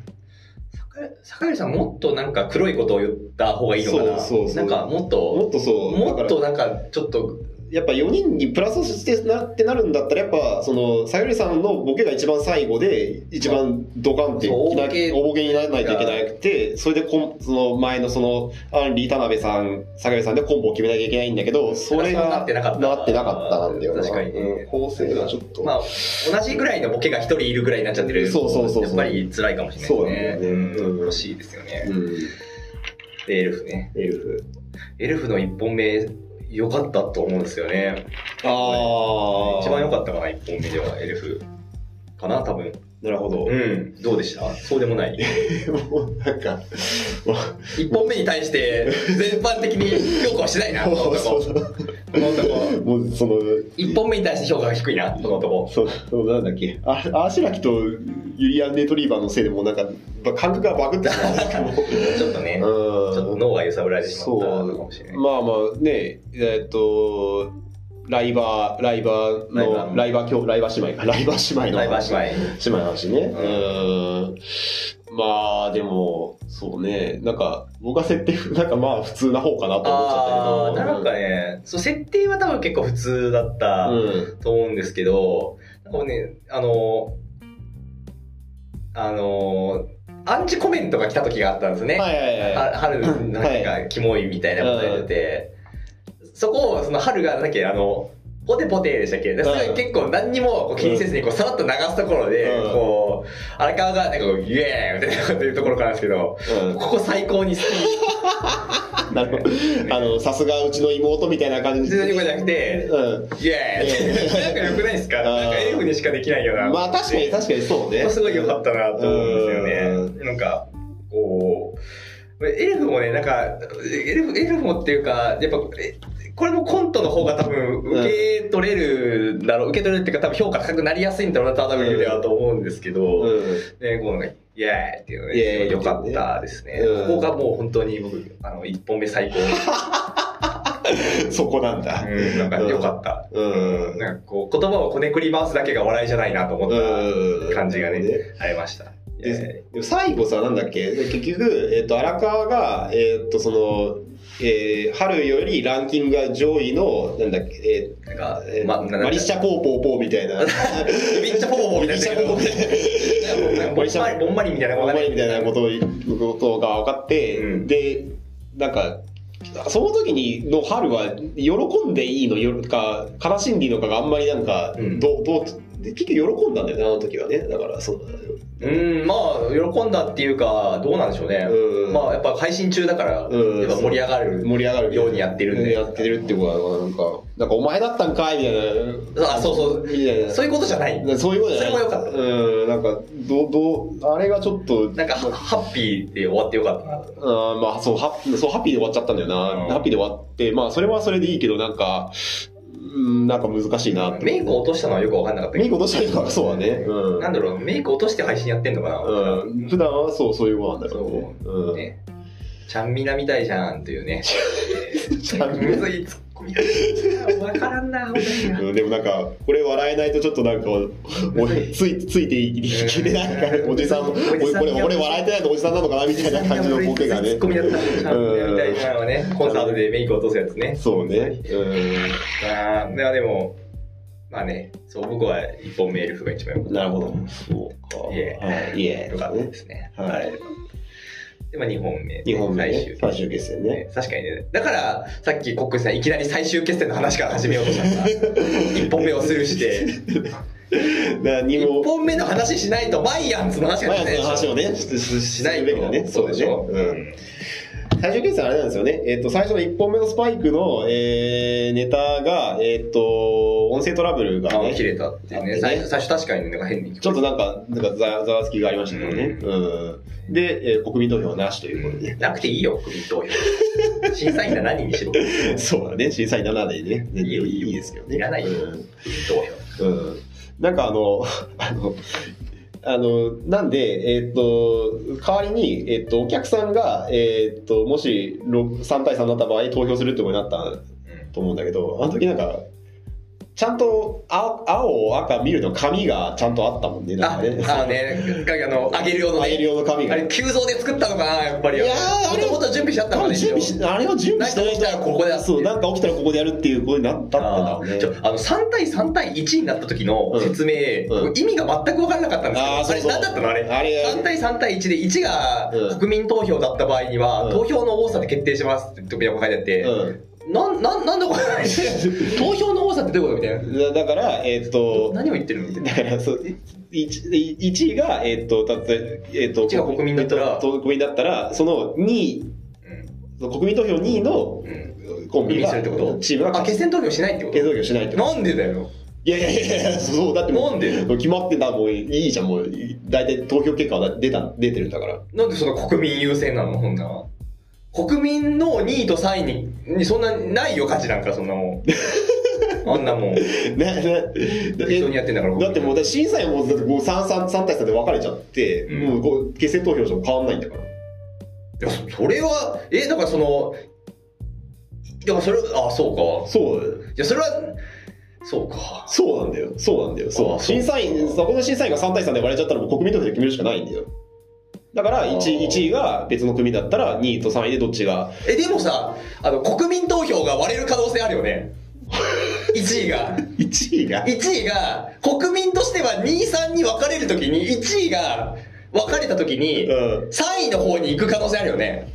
[SPEAKER 2] 坂坂井さんもっとなんか黒いことを言った方がいいのかな。
[SPEAKER 3] そうそうそう
[SPEAKER 2] なんかもっと、
[SPEAKER 3] <laughs> もっとそう
[SPEAKER 2] もっ
[SPEAKER 3] だか
[SPEAKER 2] と
[SPEAKER 3] ら
[SPEAKER 2] なんかちょっと、
[SPEAKER 3] やっぱ4人にプラスしてなってなるんだったらやっぱそのさゆりさんのボケが一番最後で一番ドカンって
[SPEAKER 2] そう
[SPEAKER 3] いな
[SPEAKER 2] 大ボケ
[SPEAKER 3] 大ボケにならないといけなくてそれでこんその前のそのアンリ田辺さん坂井さんでコンボを決めなきゃいけないんだけどそれが
[SPEAKER 2] なってなかった
[SPEAKER 3] なってなかったなんだよな
[SPEAKER 2] 確かにね
[SPEAKER 3] うん構成がちょっと、
[SPEAKER 2] まあ、同じぐらいのボケが一人いるぐらいになっちゃってる。
[SPEAKER 3] そうそうそうそう
[SPEAKER 2] やっぱり辛いかもしれないですね。
[SPEAKER 3] そうなんだよね
[SPEAKER 2] う
[SPEAKER 3] うん
[SPEAKER 2] ん欲しいですよね
[SPEAKER 3] う。ん、
[SPEAKER 2] でエルフね。
[SPEAKER 3] エルフ
[SPEAKER 2] エルフの1本目、良かったと思うんですよね。
[SPEAKER 3] ああ
[SPEAKER 2] 一番良かったかな、1本目では、エルフ。かな、多分。
[SPEAKER 3] なるほど
[SPEAKER 2] う、ん。どうでしたそうでもない。
[SPEAKER 3] もう <laughs> なんかも
[SPEAKER 2] 1本目に対して、全般的に評価はしてないな、この
[SPEAKER 3] う <laughs>
[SPEAKER 2] 男。
[SPEAKER 3] そうだ
[SPEAKER 2] この男。
[SPEAKER 3] もうその
[SPEAKER 2] 1本目に対して評価が低いな、この男。
[SPEAKER 3] そうそうなんだっけあアシュラキとユリアン・デトリーバーのせいでもうなんかば感覚がバグってしまうんですけど
[SPEAKER 2] ちょっとね、ち
[SPEAKER 3] うん
[SPEAKER 2] ょっと脳が揺さぶられてしまった
[SPEAKER 3] そう
[SPEAKER 2] のかもしれない。
[SPEAKER 3] まあまあねえっとライバーライバー
[SPEAKER 2] ライバー
[SPEAKER 3] のライバー兄ライバー姉妹かライバー姉妹の
[SPEAKER 2] ライバー姉妹。
[SPEAKER 3] 姉妹の話ね。う。
[SPEAKER 2] うん
[SPEAKER 3] まあ、でも、そうね。なんか、僕は設定、なんかまあ、普通な方かなと思っち
[SPEAKER 2] あ
[SPEAKER 3] ゃっ
[SPEAKER 2] ー
[SPEAKER 3] たけど。
[SPEAKER 2] なんかね、そう設定は多分結構普通だった
[SPEAKER 3] うん。
[SPEAKER 2] と思うんですけど、なんかね、あの、あの、アンチコメントが来た時があったんですね。
[SPEAKER 3] はいはいはい。
[SPEAKER 2] は春なん
[SPEAKER 3] は
[SPEAKER 2] かキモいみたいなこと言ってて、そこをその春がなんだっけあのポテポテでしたっけでそれ
[SPEAKER 3] うん
[SPEAKER 2] 結構何にもこう気にせずにこうさらっと流すところで、
[SPEAKER 3] うん
[SPEAKER 2] こう荒川がなんかこうイエーイみたいなこと言うところからなんですけ
[SPEAKER 3] <laughs>
[SPEAKER 2] ど
[SPEAKER 3] う
[SPEAKER 2] ここ最高に好き
[SPEAKER 3] ん。 <laughs> なるほど。あの、さすがうちの妹みたいな感じ
[SPEAKER 2] 全然
[SPEAKER 3] で。
[SPEAKER 2] じゃなくて
[SPEAKER 3] うん。
[SPEAKER 2] イエーイってなんか良くないですか
[SPEAKER 3] うん
[SPEAKER 2] なんかエルフにしかできないような
[SPEAKER 3] まあ、確かに確かにそうね。
[SPEAKER 2] すごい良かったなと思うんですよね。なんか、こう、エルフもね、なんか、エルフ、エルフもっていうか、やっぱ、えこれもコントの方が多分受け取れるだろう、受け取れるっていうか多分評価高くなりやすいんだろうなと多分言うではと思うんですけど、
[SPEAKER 3] うん。 <laughs>
[SPEAKER 2] ね、こうなんか、イエーイっていうの
[SPEAKER 3] イエーイ
[SPEAKER 2] ね、良かったですね。
[SPEAKER 3] うん
[SPEAKER 2] ここがもう本当に僕、あの、一本目最 <laughs> 高。
[SPEAKER 3] そこなんだ。
[SPEAKER 2] うん、なんか良かった。
[SPEAKER 3] うん。
[SPEAKER 2] なんかこう、言葉をこねくり回すだけが笑いじゃないなと思った
[SPEAKER 3] うん
[SPEAKER 2] 感じがね。ありました。イエーイ
[SPEAKER 3] ででも最後さなんだっけで結局、えっと荒川が、えっとそのえー春よりランキングが上位のなんだっけ、
[SPEAKER 2] なんか
[SPEAKER 3] えー、えー
[SPEAKER 2] ま、なんだ
[SPEAKER 3] マリッシャポーポーポーみたいな
[SPEAKER 2] めっちゃポコポコみた
[SPEAKER 3] めっ
[SPEAKER 2] いな。
[SPEAKER 3] ちゃポコポコ
[SPEAKER 2] なんかぼんまりぼんまりみたいな。
[SPEAKER 3] あんまりみたいなこととをことが分かって、
[SPEAKER 2] うん
[SPEAKER 3] でなんかその時にの春は喜んでいいのよか悲しんでいいのかがあんまりなんか、
[SPEAKER 2] うん
[SPEAKER 3] どうどうで結局喜んだんだよねあの時はねだからそう
[SPEAKER 2] うん、まあ、喜んだっていうか、どうなんでしょうね。
[SPEAKER 3] うん
[SPEAKER 2] まあ、やっぱ配信中だから、やっぱ
[SPEAKER 3] うん
[SPEAKER 2] 盛り上がる。
[SPEAKER 3] 盛り上がる
[SPEAKER 2] ようにやってるんで
[SPEAKER 3] やってるってことはなんかなんかお前だったんかいみたいな
[SPEAKER 2] あそうそう
[SPEAKER 3] みたいな
[SPEAKER 2] そういうことじゃない。
[SPEAKER 3] そういうことじゃない
[SPEAKER 2] それも良かった
[SPEAKER 3] うんなんかどうどうあれがちょっと
[SPEAKER 2] なんか、はハッピーで終わってよかったなと。
[SPEAKER 3] あーまあそうハッそうハッピーで終わっちゃったんだよな、
[SPEAKER 2] うん
[SPEAKER 3] ハッピーで終わってまあそれはそれでいいけどなんかうんなんか難しいなって
[SPEAKER 2] メイク落としたのはよくわかんなかった
[SPEAKER 3] メ
[SPEAKER 2] け
[SPEAKER 3] イク落としたりとか <laughs> そうだねう
[SPEAKER 2] ど、
[SPEAKER 3] ん
[SPEAKER 2] なんだろう、メイク落として配信やってんのかな。
[SPEAKER 3] うん、普段はそうそういうものなんだろうねうん
[SPEAKER 2] ね。ちゃんみなみたいじゃんっていうね。
[SPEAKER 3] ちゃんみな
[SPEAKER 2] むずいツッ
[SPEAKER 3] <laughs>
[SPEAKER 2] コミ。わからんな、ほんとにな
[SPEAKER 3] うんでもなんかこれ笑えないとちょっとなんかおついついていけてないから
[SPEAKER 2] <laughs>
[SPEAKER 3] おじさんも
[SPEAKER 2] おじさんに
[SPEAKER 3] おいこれ俺笑えてないとおじさんなのかなみたいな感じのボケが
[SPEAKER 2] ツ
[SPEAKER 3] ね
[SPEAKER 2] ッコミだったちゃんとやりたいなのはね、コンサートでメイク落とすやつね。
[SPEAKER 3] そうねうん
[SPEAKER 2] まあ、ではでも、まあね、そう、僕は一本メールフが一番良かっ
[SPEAKER 3] なるほどそうか
[SPEAKER 2] いえ
[SPEAKER 3] はいい
[SPEAKER 2] た。
[SPEAKER 3] え
[SPEAKER 2] 良かったですね。
[SPEAKER 3] はい
[SPEAKER 2] はい。で、まあ2本目。
[SPEAKER 3] 2本目
[SPEAKER 2] 最終
[SPEAKER 3] ね最終決戦ね
[SPEAKER 2] ね確かにね。だから、さっきコックンさん、いきなり最終決戦の話から始めようとしたんだ。1本目
[SPEAKER 3] <laughs>
[SPEAKER 2] をスルーして、
[SPEAKER 3] 何
[SPEAKER 2] 1
[SPEAKER 3] も
[SPEAKER 2] 本目の話しないと、マイアンツの話が
[SPEAKER 3] マ
[SPEAKER 2] 出
[SPEAKER 3] ヤさ
[SPEAKER 2] て
[SPEAKER 3] んの話をね
[SPEAKER 2] し
[SPEAKER 3] し
[SPEAKER 2] ない
[SPEAKER 3] べきだね
[SPEAKER 2] そうでしょ。
[SPEAKER 3] うん最終決戦あれなんですよね。えっ、と、最初の1本目のスパイクの、えー、ネタが、えっ、と、音声トラブルが
[SPEAKER 2] あ
[SPEAKER 3] ね、
[SPEAKER 2] 切
[SPEAKER 3] ち
[SPEAKER 2] れたっていう
[SPEAKER 3] あ
[SPEAKER 2] ね。
[SPEAKER 3] ね
[SPEAKER 2] 最初、最初確かになんか変に聞こ
[SPEAKER 3] ょっとなんか、なんかざわざわつきがありましたけどね。うん。で、えー国民投票なしということ
[SPEAKER 2] え
[SPEAKER 3] で。
[SPEAKER 2] なくていいよ、国民投票。審査員が何にしろ。
[SPEAKER 3] <laughs>
[SPEAKER 2] 国
[SPEAKER 3] そうだね、審査員7でね。
[SPEAKER 2] いいよいいよ
[SPEAKER 3] いいですけどね。
[SPEAKER 2] いらないよ
[SPEAKER 3] うん
[SPEAKER 2] 民投票。
[SPEAKER 3] うんなんかあの、 <laughs> あの、あの、なんで、えっ、と、代わりに、えっ、と、お客さんが、えっ、と、もしろ3対3だった場合、投票するってことになったと思うんだけど、あの時なんか、ちゃんと青、青、赤、見るの紙がちゃんとあったもんね、
[SPEAKER 2] うん
[SPEAKER 3] なんか
[SPEAKER 2] あ、
[SPEAKER 3] ね。
[SPEAKER 2] あのね、なんかあの、あげる用の
[SPEAKER 3] あ
[SPEAKER 2] ね
[SPEAKER 3] げる用の紙
[SPEAKER 2] あ
[SPEAKER 3] が。
[SPEAKER 2] れ、急増で作ったのかな、やっぱり。
[SPEAKER 3] いやーあれ
[SPEAKER 2] もともと準備しちゃったの
[SPEAKER 3] 多分
[SPEAKER 2] かね。
[SPEAKER 3] 準備
[SPEAKER 2] 一
[SPEAKER 3] し
[SPEAKER 2] 応
[SPEAKER 3] あれを準備してない人
[SPEAKER 2] なんか起きたらここだ
[SPEAKER 3] そう、なんか起きたらここでやるっていうことになったってんだ
[SPEAKER 2] あ
[SPEAKER 3] ろう
[SPEAKER 2] ー
[SPEAKER 3] ね
[SPEAKER 2] ちょあの3対3対1になった時の説明、
[SPEAKER 3] うんうん
[SPEAKER 2] 意味が全く分からなかったんですけど、
[SPEAKER 3] あーそうそう
[SPEAKER 2] あれ何だったのあれ
[SPEAKER 3] あれ
[SPEAKER 2] 3対3対1で1
[SPEAKER 3] う
[SPEAKER 2] が
[SPEAKER 3] ん
[SPEAKER 2] 国民投票だった場合には、
[SPEAKER 3] うん
[SPEAKER 2] 投票の多さで決定しますって時に書いてあって、
[SPEAKER 3] うん
[SPEAKER 2] なん、なん、なんだこれ投票の多さってどういうことみたいな。
[SPEAKER 3] だだから、えっ、と、
[SPEAKER 2] 何を言ってるのみたいな
[SPEAKER 3] だ。からそう1, 位が、えっとたとえっと
[SPEAKER 2] 一位が国民だったら
[SPEAKER 3] 国民だったらその2位国民投票2位の
[SPEAKER 2] うんうん
[SPEAKER 3] コンビ
[SPEAKER 2] 意味
[SPEAKER 3] が
[SPEAKER 2] するってこと
[SPEAKER 3] チームが
[SPEAKER 2] あ、
[SPEAKER 3] 勝
[SPEAKER 2] 決
[SPEAKER 3] つ
[SPEAKER 2] 選投票しないってこ
[SPEAKER 3] 決
[SPEAKER 2] と
[SPEAKER 3] 選投票しないってこと
[SPEAKER 2] なんでだよ。
[SPEAKER 3] いやいやいやいやそうだってもう
[SPEAKER 2] なんで
[SPEAKER 3] もう決まってたもういいじゃんもう大体投票結果は出た出てるんだから
[SPEAKER 2] なんでその国民優先なのほんなら国民の2位と3位ににそんなないよ価値なんかそんな
[SPEAKER 3] <laughs>
[SPEAKER 2] もんあんなもん
[SPEAKER 3] ねね
[SPEAKER 2] 適当にやってんだから
[SPEAKER 3] だってもうだって審査員もだってもう 3, 3, 3対3で分かれちゃって、
[SPEAKER 2] うん
[SPEAKER 3] もうこう決選投票しても変わんないんだから
[SPEAKER 2] いやそそれはえだからそのだからそれあそうか
[SPEAKER 3] そうだよ
[SPEAKER 2] いやそれはそうか
[SPEAKER 3] そうなんだよ。そうなんだよ。そ
[SPEAKER 2] あ
[SPEAKER 3] う。
[SPEAKER 2] そう
[SPEAKER 3] 審査員、そこの審査員が3対3で割れちゃったらもう国民投票で決めるしかないんだよ。だから1
[SPEAKER 2] あー
[SPEAKER 3] 位、1位が別の組だったら2位と3位でどっちが。
[SPEAKER 2] えでもさあの国民投票が割れる可能性ある
[SPEAKER 3] <laughs>
[SPEAKER 2] よね1位が
[SPEAKER 3] 1位が
[SPEAKER 2] 1位が国民としては23に分かれるときに1位が分かれたときに
[SPEAKER 3] うん。
[SPEAKER 2] 3位の方に行く可能性あるよね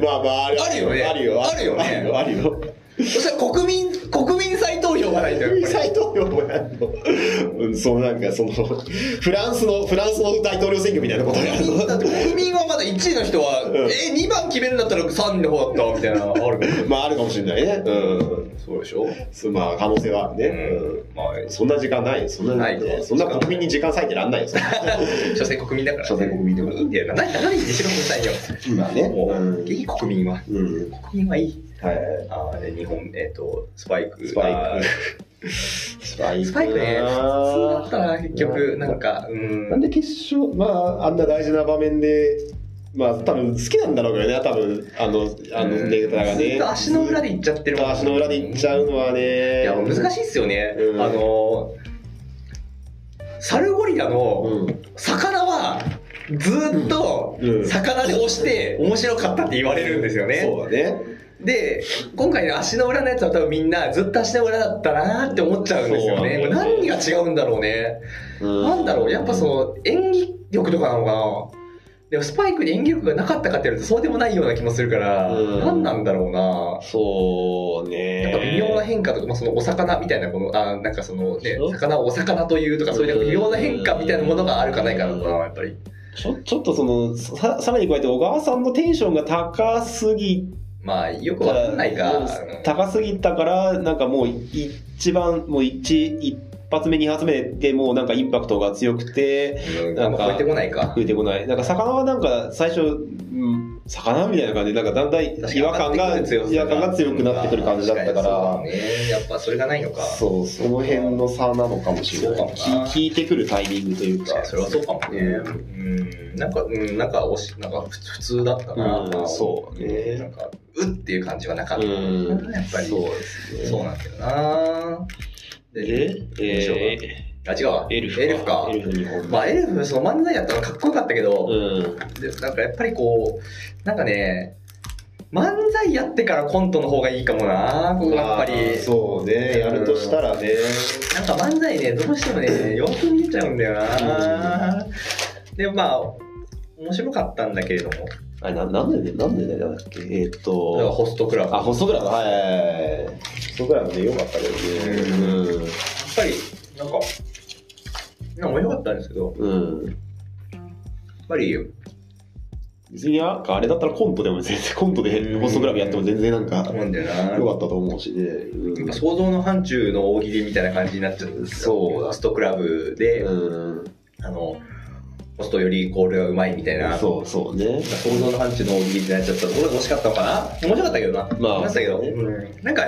[SPEAKER 3] まあまあ、ある
[SPEAKER 2] あるよね
[SPEAKER 3] あるよ。
[SPEAKER 2] あるよね
[SPEAKER 3] あるよ。あるよ。
[SPEAKER 2] そしたら国民、国民再投票がないとやっ
[SPEAKER 3] 国民
[SPEAKER 2] ぱり。
[SPEAKER 3] 再投票もやるの。うん、そうなんかその、フランスの、フランスの大統領選挙みたいなことになるの。
[SPEAKER 2] だって国民はまだ1位の人は、
[SPEAKER 3] ん
[SPEAKER 2] え、2番決めるんだったら3位の方だったみたいな、あるかもしれない
[SPEAKER 3] まああるかもしれないね。うん。
[SPEAKER 2] そうでしょ
[SPEAKER 3] そうまあ可能性はあるね。うん。
[SPEAKER 2] まあ、
[SPEAKER 3] そんな時間ない。そんな
[SPEAKER 2] ないか
[SPEAKER 3] そんな国民に時間割いてらんないよ。そんな
[SPEAKER 2] 所詮国民だから、
[SPEAKER 3] 所詮国民だから
[SPEAKER 2] いいんだよな。何、何にしろ国際よ。
[SPEAKER 3] まあね
[SPEAKER 2] もう、
[SPEAKER 3] うん
[SPEAKER 2] いい国民は。
[SPEAKER 3] <laughs> うん。
[SPEAKER 2] 国民はいい。
[SPEAKER 3] はい。
[SPEAKER 2] ああ、で、日本、えっ、と、スパイク。
[SPEAKER 3] スパイク
[SPEAKER 2] あー
[SPEAKER 3] スパイ
[SPEAKER 2] <laughs> スパイクね、普通だったら結局、なんか、う
[SPEAKER 3] なん
[SPEAKER 2] ん。
[SPEAKER 3] で決勝、まあ、あんな大事な場面で、まあ、多分好きなんだろうけどね、多分あの、あの、ネタがね。
[SPEAKER 2] ずっと足の裏で行っちゃっ
[SPEAKER 3] ずっ
[SPEAKER 2] てる
[SPEAKER 3] と足の裏で行っちゃうのはね。
[SPEAKER 2] いや難しいっすよね、
[SPEAKER 3] うん
[SPEAKER 2] あのサルゴリラの
[SPEAKER 3] うん。
[SPEAKER 2] 魚はずーっと
[SPEAKER 3] うん
[SPEAKER 2] 魚で押して面白かったって言われるんですよね、
[SPEAKER 3] そうだね。
[SPEAKER 2] で今回の足の裏のやつは多分みんなずっと足の裏だったなーって思っちゃうんですよね
[SPEAKER 3] そう
[SPEAKER 2] これ何が違うんだろうね、なんだろうやっぱその演技力とかなのかなでもスパイクに演技力がなかったかって言われるとそうでもないような気もするから、
[SPEAKER 3] うん
[SPEAKER 2] 何なんだろうな
[SPEAKER 3] そうね。
[SPEAKER 2] やっぱ微妙な変化とか、まあ、そのお魚みたいなこのあなんかその、ね
[SPEAKER 3] でしょ、
[SPEAKER 2] 魚をお魚というとかそういうなんか微妙な変化みたいなものがあるかないかな
[SPEAKER 3] うん
[SPEAKER 2] やっぱり
[SPEAKER 3] ちょちょっとその、ささらに加えて小川さんのテンションが高すぎ
[SPEAKER 2] まあよく
[SPEAKER 3] た
[SPEAKER 2] わかんないが、
[SPEAKER 3] もう
[SPEAKER 2] うん
[SPEAKER 3] 高すぎたからなんかもう一番もう一一発目二発目でもうなんかインパクトが強くて
[SPEAKER 2] うん、あんま超えてこないか
[SPEAKER 3] 食えてこないなんか魚はなんか最初、うん、魚みたいな感じでなんかだんだん違和感が違和感が強くなってくる感じだったから。
[SPEAKER 2] うん確にそうだねやっぱそれがないのか
[SPEAKER 3] そうその辺の差なのかもしれない
[SPEAKER 2] そうかもな
[SPEAKER 3] 聞いてくるタイミングという
[SPEAKER 2] 確か
[SPEAKER 3] か
[SPEAKER 2] にそれはそうかもねうんなんかうんなんかおしなんかふ普通だったな、
[SPEAKER 3] うんそうね
[SPEAKER 2] なんかうっていう感じはなかった、
[SPEAKER 3] うん
[SPEAKER 2] やっぱり
[SPEAKER 3] そうですね
[SPEAKER 2] そうなんだよな
[SPEAKER 3] でえ
[SPEAKER 2] あ違うわ
[SPEAKER 3] ー、エルフか
[SPEAKER 2] エルフか
[SPEAKER 3] エルフ日本
[SPEAKER 2] まあ、エルフ、その漫才やったらかっこよかったけど、
[SPEAKER 3] うん
[SPEAKER 2] でなんかやっぱりこう、なんかね、漫才やってからコントの方がいいかもな、ここやっぱり
[SPEAKER 3] あ。ーそうねやるとしたらね
[SPEAKER 2] なんか漫才ね、どうしても
[SPEAKER 3] <laughs>
[SPEAKER 2] ね、弱く見えちゃうんだよな。でもまあ、面白かったんだけれども、
[SPEAKER 3] あれななんでなんでだっけえーっ
[SPEAKER 2] だから
[SPEAKER 3] と
[SPEAKER 2] ホストクラブ。
[SPEAKER 3] あ
[SPEAKER 2] やっ
[SPEAKER 3] ホストクラブはいはいはいはいホストクラブねよかったけどね
[SPEAKER 2] ぱり、なんか、なんか面白かったんですけど、やっ
[SPEAKER 3] うんうん
[SPEAKER 2] ぱり、
[SPEAKER 3] 別になんかあれだったらコントでも全然コントでホストクラブやっても全然なんか
[SPEAKER 2] 思うんだよな。
[SPEAKER 3] 良かったと思うしね、うん
[SPEAKER 2] やっぱ想像の範疇の大喜利みたいな感じになっちゃう
[SPEAKER 3] そうだ
[SPEAKER 2] ホストクラブで、
[SPEAKER 3] うん、
[SPEAKER 2] あのホストよりコールがうまいみたいな
[SPEAKER 3] そうそうね
[SPEAKER 2] 想像の範疇の大喜利になっちゃったところが惜しかったのかな面白かったけどな、
[SPEAKER 3] まあ
[SPEAKER 2] 面白かったけど、うんなんか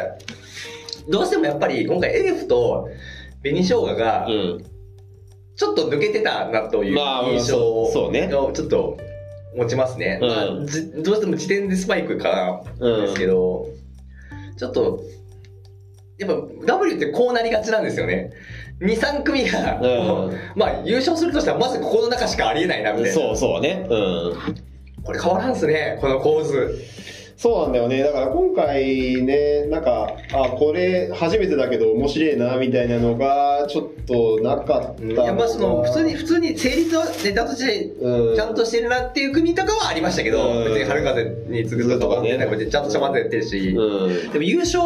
[SPEAKER 2] どうしてもやっぱり今回エレフと紅生姜が
[SPEAKER 3] うん
[SPEAKER 2] ちょっと抜けてたなという
[SPEAKER 3] まあ
[SPEAKER 2] 印象を、
[SPEAKER 3] そうそうね
[SPEAKER 2] ちょっと持ちますね、
[SPEAKER 3] うん
[SPEAKER 2] まあじどうしても時点でスパイクかな
[SPEAKER 3] うん
[SPEAKER 2] ですけど、ちょっとやっぱ W ってこうなりがちなんですよね23組が、
[SPEAKER 3] うん
[SPEAKER 2] まあ優勝するとしたらまずここの中しかありえないなみたいな
[SPEAKER 3] そうそうねうん
[SPEAKER 2] これ変わらんすねこの構図
[SPEAKER 3] そうなんだよね。だから今回ね、なんか、あ、これ初めてだけど面白いな、みたいなのが、ちょっとなかった。
[SPEAKER 2] いやまあその普通に、普通に成立はネタとして
[SPEAKER 3] うん、
[SPEAKER 2] ちゃんとしてるなっていう組とかはありましたけど、
[SPEAKER 3] うん
[SPEAKER 2] 別に春風に次ぐとかもねなんか別にちゃんとした漫才やってるし、
[SPEAKER 3] うん。
[SPEAKER 2] でも優勝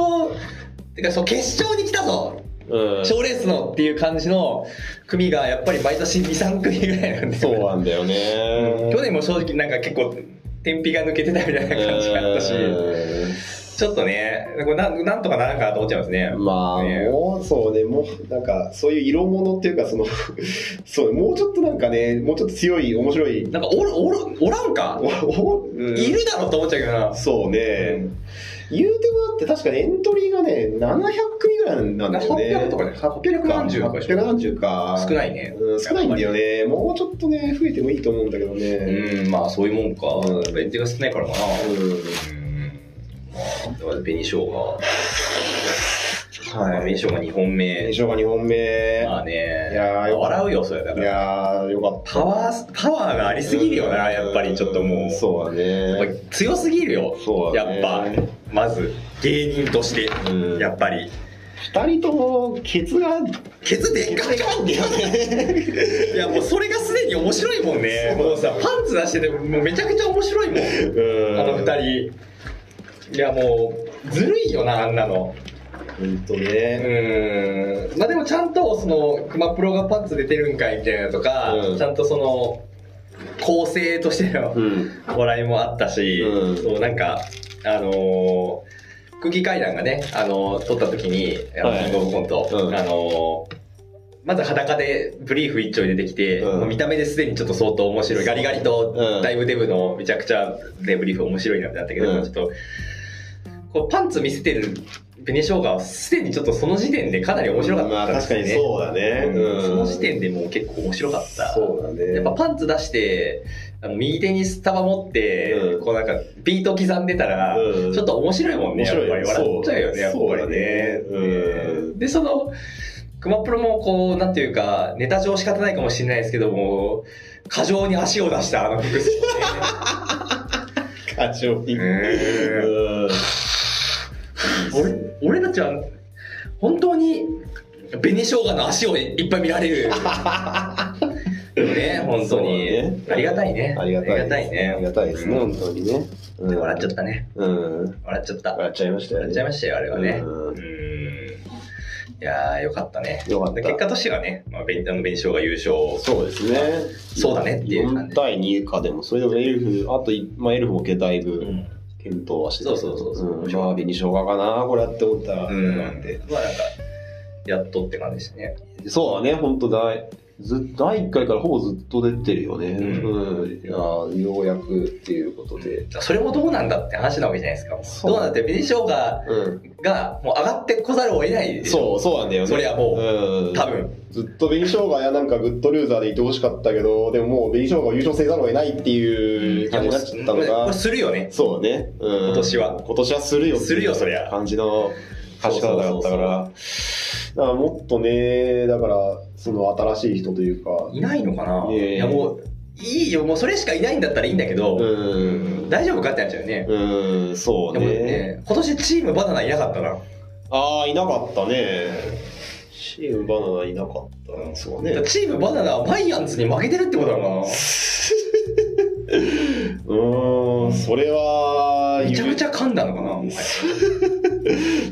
[SPEAKER 2] てかそう決勝に来たぞ
[SPEAKER 3] うん。
[SPEAKER 2] 賞レースのっていう感じの組がやっぱり毎年23組ぐらいなんで
[SPEAKER 3] そうなんだよね。
[SPEAKER 2] 去年も正直なんか結構天日が抜けてたみたいな感じがあったし、ちょっとねこれなんなんとかならんかなと思っちゃいますね
[SPEAKER 3] うんまあ、
[SPEAKER 2] ね
[SPEAKER 3] もう、そうね、もう、なんか、そういう色物っていうか、その、 <laughs> そう、もうちょっとなんかね、もうちょっと強い、面白い、
[SPEAKER 2] なんかおるおるおらんか
[SPEAKER 3] おおうん
[SPEAKER 2] いるだろうと思っちゃうけどな
[SPEAKER 3] そうね、言うてもだって確かにエントリーがね700組ぐらいなんだよね
[SPEAKER 2] 800とかね800何十か
[SPEAKER 3] 870か
[SPEAKER 2] 少ないね
[SPEAKER 3] うん少ないんだよねもうちょっとね増えてもいいと思うんだけどね
[SPEAKER 2] うんまあそういうもんか、
[SPEAKER 3] うん
[SPEAKER 2] やっぱエンテが少ないからかな
[SPEAKER 3] うん
[SPEAKER 2] うんまあだから紅生姜まあ
[SPEAKER 3] はい
[SPEAKER 2] 紅生姜2本目
[SPEAKER 3] 印象が2本目
[SPEAKER 2] まあね。
[SPEAKER 3] いやーよかった
[SPEAKER 2] 笑うよ、それだ
[SPEAKER 3] い
[SPEAKER 2] から。
[SPEAKER 3] やーよかった
[SPEAKER 2] パワー、パワーがありすぎるよな、やっぱりちょっともう。
[SPEAKER 3] そうだ
[SPEAKER 2] やっ
[SPEAKER 3] ね
[SPEAKER 2] ぱ強すぎるよ。
[SPEAKER 3] そうだ
[SPEAKER 2] や
[SPEAKER 3] ね
[SPEAKER 2] っぱ、まず、芸人として。
[SPEAKER 3] うん
[SPEAKER 2] やっぱり。
[SPEAKER 3] 2人ともケツ
[SPEAKER 2] <laughs>
[SPEAKER 3] が
[SPEAKER 2] ケツでっかいかんだよね。いや、もうそれがすでに面白いもんね。
[SPEAKER 3] そう
[SPEAKER 2] もうさ、パンツ出してて、もうめちゃくちゃ面白いもん。
[SPEAKER 3] うん
[SPEAKER 2] あの二人。いや、もう、ずるいよな、あんなの。
[SPEAKER 3] ほんと
[SPEAKER 2] う
[SPEAKER 3] ね
[SPEAKER 2] ーんまあでもちゃんとその熊プロがパンツ出てるんかいみたいなのとか、
[SPEAKER 3] うん
[SPEAKER 2] ちゃんとその構成としての
[SPEAKER 3] うん
[SPEAKER 2] 笑いもあったし、
[SPEAKER 3] うん
[SPEAKER 2] そうなんかあのー空気階段がね、あのー撮った時にあの
[SPEAKER 3] はい
[SPEAKER 2] キングオブコント、
[SPEAKER 3] うん
[SPEAKER 2] あのーまず裸でブリーフ一丁で出てきて、
[SPEAKER 3] うん
[SPEAKER 2] もう見た目ですでにちょっと相当面白いガリガリ
[SPEAKER 3] う
[SPEAKER 2] と
[SPEAKER 3] ん
[SPEAKER 2] だいぶデブのめちゃくちゃでブリーフ面白いなってなったけど、
[SPEAKER 3] うん
[SPEAKER 2] ちょっとこうパンツ見せてる紅生姜はすでにちょっとその時点でかなり面白か
[SPEAKER 3] まあ
[SPEAKER 2] ったんで
[SPEAKER 3] 確
[SPEAKER 2] す
[SPEAKER 3] か
[SPEAKER 2] よ
[SPEAKER 3] に
[SPEAKER 2] ね、
[SPEAKER 3] そうだね
[SPEAKER 2] うん
[SPEAKER 3] うん
[SPEAKER 2] その時点でもう結構面白かった
[SPEAKER 3] そうだね
[SPEAKER 2] やっぱパンツ出してあの右手にスタバ持って、
[SPEAKER 3] うん
[SPEAKER 2] こうなんかビート刻んでたら、
[SPEAKER 3] うん
[SPEAKER 2] ちょっと面白いもんね
[SPEAKER 3] 面
[SPEAKER 2] やっ
[SPEAKER 3] 白い
[SPEAKER 2] ぱり笑っちゃうよねやっ
[SPEAKER 3] そう
[SPEAKER 2] ぱりね
[SPEAKER 3] そうだねうん
[SPEAKER 2] でその熊プロもこうなんていうかネタ上仕方ないかもしれないですけども過剰に足を出したあの服装ね
[SPEAKER 3] 課長に <laughs>
[SPEAKER 2] うん
[SPEAKER 3] うん
[SPEAKER 2] <laughs> 俺俺たちは本当に紅生姜の足をいっぱい見ら
[SPEAKER 3] <laughs>
[SPEAKER 2] れるでもね本
[SPEAKER 3] そ
[SPEAKER 2] 当
[SPEAKER 3] うだ
[SPEAKER 2] に、
[SPEAKER 3] ね
[SPEAKER 2] ありがたいね
[SPEAKER 3] ありがたい。
[SPEAKER 2] ね
[SPEAKER 3] ありがたいですね、
[SPEAKER 2] うん
[SPEAKER 3] 本当にね。うん
[SPEAKER 2] で笑っちゃったね
[SPEAKER 3] うん。
[SPEAKER 2] 笑っちゃった
[SPEAKER 3] 笑っちゃいましたよね。
[SPEAKER 2] やっちゃいましたよ、あれはね。
[SPEAKER 3] うん
[SPEAKER 2] うん。いやー、よかったね。
[SPEAKER 3] よかった
[SPEAKER 2] で結果としてはね、まあ、ベンあの弁償が優勝。
[SPEAKER 3] そうですね。
[SPEAKER 2] そうだねっていう感じ
[SPEAKER 3] 4対2かでも、それでもエルフ、あとい、まあ、エルフもだいぶ
[SPEAKER 2] うん。
[SPEAKER 3] 検討はしてた
[SPEAKER 2] そうそうそうそう
[SPEAKER 3] うん、まあ、紅生姜かな、これやって思ったら。
[SPEAKER 2] うん。ま
[SPEAKER 3] な
[SPEAKER 2] あなん
[SPEAKER 3] ん
[SPEAKER 2] か
[SPEAKER 3] て、
[SPEAKER 2] やっとって感じですね。
[SPEAKER 3] そうだね、本当だい。ず第1回からほぼずっと出てるよね。
[SPEAKER 2] うん
[SPEAKER 3] うん。いやーようやくっていうことで。
[SPEAKER 2] それもどうなんだって話なわけじゃないですか。
[SPEAKER 3] そう
[SPEAKER 2] どうなんだって、弁償が、
[SPEAKER 3] うん。
[SPEAKER 2] が、もう上がってこざるを得ないでし
[SPEAKER 3] そ
[SPEAKER 2] ょ。
[SPEAKER 3] う、そうなんだよね。
[SPEAKER 2] そりゃもう
[SPEAKER 3] うん。
[SPEAKER 2] 多分。
[SPEAKER 3] ずっと紅生姜やなんかグッドルーザーでいてほしかったけど、でももう紅生姜を優勝せざるを得ないっていう感じになっちゃったの
[SPEAKER 2] これ
[SPEAKER 3] が、
[SPEAKER 2] するよね。
[SPEAKER 3] そうね、うん
[SPEAKER 2] 今年は
[SPEAKER 3] 今年はするよっていう
[SPEAKER 2] するよそりゃ
[SPEAKER 3] 感じの勝ち方だったから、だからもっとね、だから、その新しい人というか、
[SPEAKER 2] いないのかな、
[SPEAKER 3] ねえ
[SPEAKER 2] いや、もう、いいよ。もうそれしかいないんだったらいいんだけど、
[SPEAKER 3] うん、
[SPEAKER 2] 大丈夫かってなっちゃうよね。
[SPEAKER 3] うん、そう
[SPEAKER 2] でも
[SPEAKER 3] ね。
[SPEAKER 2] ね、今年チームバナナいなかったな。
[SPEAKER 3] ああ、いなかったね。チームバナナいなかったな。そうね。
[SPEAKER 2] チームバナナはマイアンツに負けてるってことなのか
[SPEAKER 3] うーん、それは
[SPEAKER 2] な、めちゃくち
[SPEAKER 3] ゃ
[SPEAKER 2] ゃ噛んんだのかな、もはや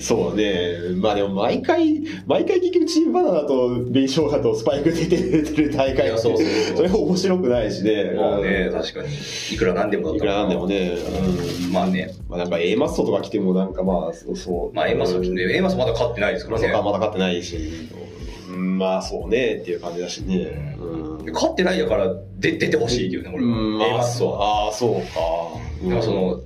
[SPEAKER 3] そうね。まあでも毎回、毎回結局チームバナナと紅生姜とスパイク出てる大
[SPEAKER 2] い
[SPEAKER 3] 会
[SPEAKER 2] やそうそうそう
[SPEAKER 3] それ面白くないしね。
[SPEAKER 2] まあね、確かに。いくらなんでもだ
[SPEAKER 3] い
[SPEAKER 2] った
[SPEAKER 3] くらなんでも
[SPEAKER 2] ね。
[SPEAKER 3] ね。
[SPEAKER 2] うんまあね、
[SPEAKER 3] うんまあなんか A マッソとか来てもなんかまあ、そうそう。
[SPEAKER 2] まあ、エマソね、エマソまだ勝ってないですから
[SPEAKER 3] そ
[SPEAKER 2] ね
[SPEAKER 3] う。かまだ勝ってないし。うんまあそうねっていう感じだしね。うん
[SPEAKER 2] 勝ってないだから、で出てほしいよね、俺
[SPEAKER 3] うん
[SPEAKER 2] は。エ
[SPEAKER 3] ま
[SPEAKER 2] マ
[SPEAKER 3] あ
[SPEAKER 2] ソ
[SPEAKER 3] そう
[SPEAKER 2] は。
[SPEAKER 3] ああ、そうか。
[SPEAKER 2] でもその、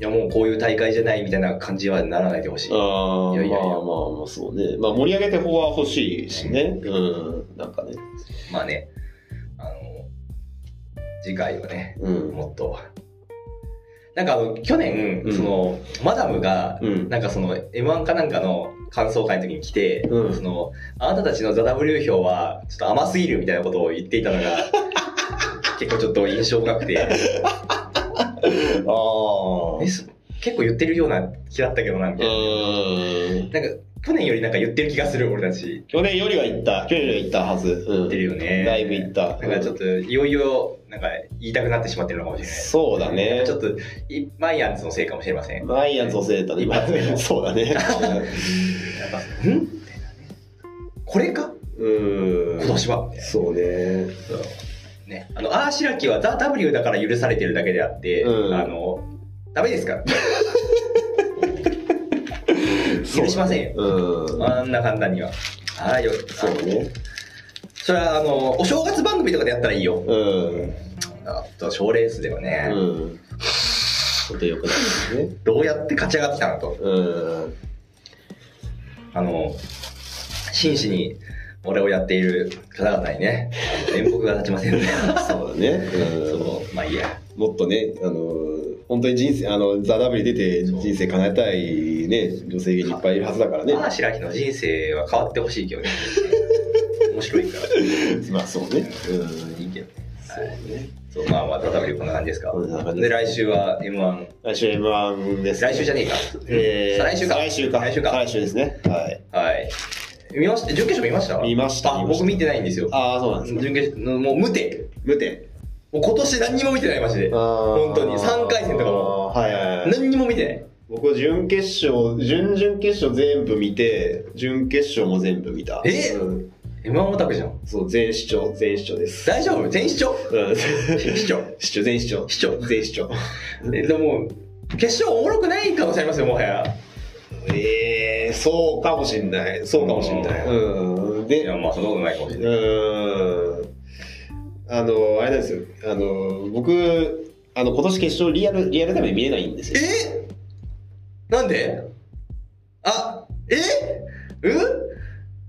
[SPEAKER 2] いやもうこういう大会じゃないみたいな感じはならないでほしい。
[SPEAKER 3] ああ、
[SPEAKER 2] いやいやいや
[SPEAKER 3] まあまあまあそうね。まあ盛り上げて方は欲しいしね。うん。なんかね。
[SPEAKER 2] まあね、あの、次回はね、
[SPEAKER 3] うん。
[SPEAKER 2] もっと。なんかあの、去年、
[SPEAKER 3] うん
[SPEAKER 2] その、マダムが、
[SPEAKER 3] うん。
[SPEAKER 2] なんかその、M1 かなんかの感想会の時に来て、
[SPEAKER 3] うん
[SPEAKER 2] その、あなたたちのザ・ W 票は、ちょっと甘すぎるみたいなことを言っていたの
[SPEAKER 3] <laughs>
[SPEAKER 2] が、結構ちょっと印象深くて、
[SPEAKER 3] あ
[SPEAKER 2] えそ結構言ってるような気だったけどな、みたいな。
[SPEAKER 3] うん。
[SPEAKER 2] なんか、去年よりなんか言ってる気がする、俺たち。
[SPEAKER 3] 去年よりは行った。去年よりは行ったはず。うん。
[SPEAKER 2] 言ってるよね。
[SPEAKER 3] だいぶ行った。
[SPEAKER 2] なんかちょっと、いよいよ、なんか、言いたくなってしまってるのかもしれない。
[SPEAKER 3] そうだね。
[SPEAKER 2] ちょっと、いマイアンズのせいかもしれません。
[SPEAKER 3] マイアンズを忘れたね、今。そうだね。
[SPEAKER 2] なんか、んみたいなね。これか
[SPEAKER 3] うん。
[SPEAKER 2] 今年は。みたいな
[SPEAKER 3] そうね。
[SPEAKER 2] ね、あの、アーシラキはザ・ W だから許されてるだけであって、
[SPEAKER 3] うん
[SPEAKER 2] あの、ダメですから。
[SPEAKER 3] そう
[SPEAKER 2] 許しませんよ。
[SPEAKER 3] うん。
[SPEAKER 2] あんな簡単には。ああよ、
[SPEAKER 3] そうね。
[SPEAKER 2] それは、あの、お正月番組とかでやったらいいよ。
[SPEAKER 3] うん。
[SPEAKER 2] あと、賞レースではね、
[SPEAKER 3] うん。本当に良くないですね。
[SPEAKER 2] どうやって勝ち上がってきたなと。
[SPEAKER 3] うん。
[SPEAKER 2] あの、真摯に、俺をやっている方々にね、あの面目が立ちませんね。
[SPEAKER 3] <laughs> そうだね。うん。
[SPEAKER 2] そう、まあいいや。
[SPEAKER 3] もっとね、あの、本当に人生、あの、ザ・ダブリ出て人生叶えたいね、女性芸人いっぱいいるはずだからね。
[SPEAKER 2] まあ、白木の人生は変わってほしいけどね。面白いから。
[SPEAKER 3] まあそうね。うん。
[SPEAKER 2] いいけどね。
[SPEAKER 3] そうね。
[SPEAKER 2] そう、まあまあ、ダブルこんな感じですか。
[SPEAKER 3] こんな感じで
[SPEAKER 2] で、
[SPEAKER 3] す
[SPEAKER 2] 来週は M1。
[SPEAKER 3] 来週 M1 です。
[SPEAKER 2] 来週じゃねえか。
[SPEAKER 3] えー
[SPEAKER 2] 再来週か
[SPEAKER 3] 再来週か。
[SPEAKER 2] 再来週か
[SPEAKER 3] 再来週ですね。はい。
[SPEAKER 2] はい。見ました準決勝見ました
[SPEAKER 3] 見ました
[SPEAKER 2] あ
[SPEAKER 3] 見ました
[SPEAKER 2] 僕見てないんですよ。
[SPEAKER 3] ああ、そうなんですね。
[SPEAKER 2] 準決勝、もう無て
[SPEAKER 3] 無点。
[SPEAKER 2] もう今年何にも見てない、マジで。
[SPEAKER 3] 本
[SPEAKER 2] 本当に三回戦とかも。
[SPEAKER 3] あーはいはいはい。
[SPEAKER 2] 何にも見てない。
[SPEAKER 3] 僕、準決勝、準々決勝全部見て、準決勝も全部見た。
[SPEAKER 2] え
[SPEAKER 3] うん
[SPEAKER 2] M1 オタクじゃん。
[SPEAKER 3] そう、全視聴、全視聴です。
[SPEAKER 2] 大丈夫全視聴
[SPEAKER 3] うん。
[SPEAKER 2] 視聴
[SPEAKER 3] 視聴、全視聴。
[SPEAKER 2] 視聴
[SPEAKER 3] 全視聴。
[SPEAKER 2] えでも、決勝おもろくない可能性ありますよ、もはや。
[SPEAKER 3] ええそうかもしんない。そうかもしんない。うん。で、
[SPEAKER 2] まあ、そんなことないかもし
[SPEAKER 3] う
[SPEAKER 2] ない。
[SPEAKER 3] ーんあの、あれなんですよ。あの、僕、あの、今年決勝リアル、リアルタイムで見えないんですよ。
[SPEAKER 2] えなんであ、えうん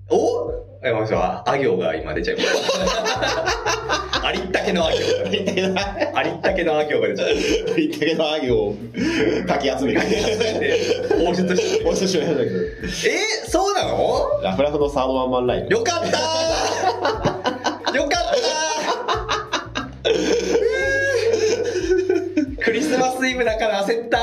[SPEAKER 2] おえ、まずは、あ行が今出ちゃいま <laughs> した。ありったけのあ行。
[SPEAKER 3] みたいな。
[SPEAKER 2] ありったけのあ行が出ちゃい
[SPEAKER 3] <laughs>
[SPEAKER 2] まし
[SPEAKER 3] 言ったけど、あ行をかき集め
[SPEAKER 2] た。
[SPEAKER 3] て。
[SPEAKER 2] で放出して
[SPEAKER 3] もう一しましたけど。
[SPEAKER 2] えそうなの
[SPEAKER 3] ラフラフのサードワンマンライブ。
[SPEAKER 2] よかったーよかったーうークリスマスイブだから焦ったー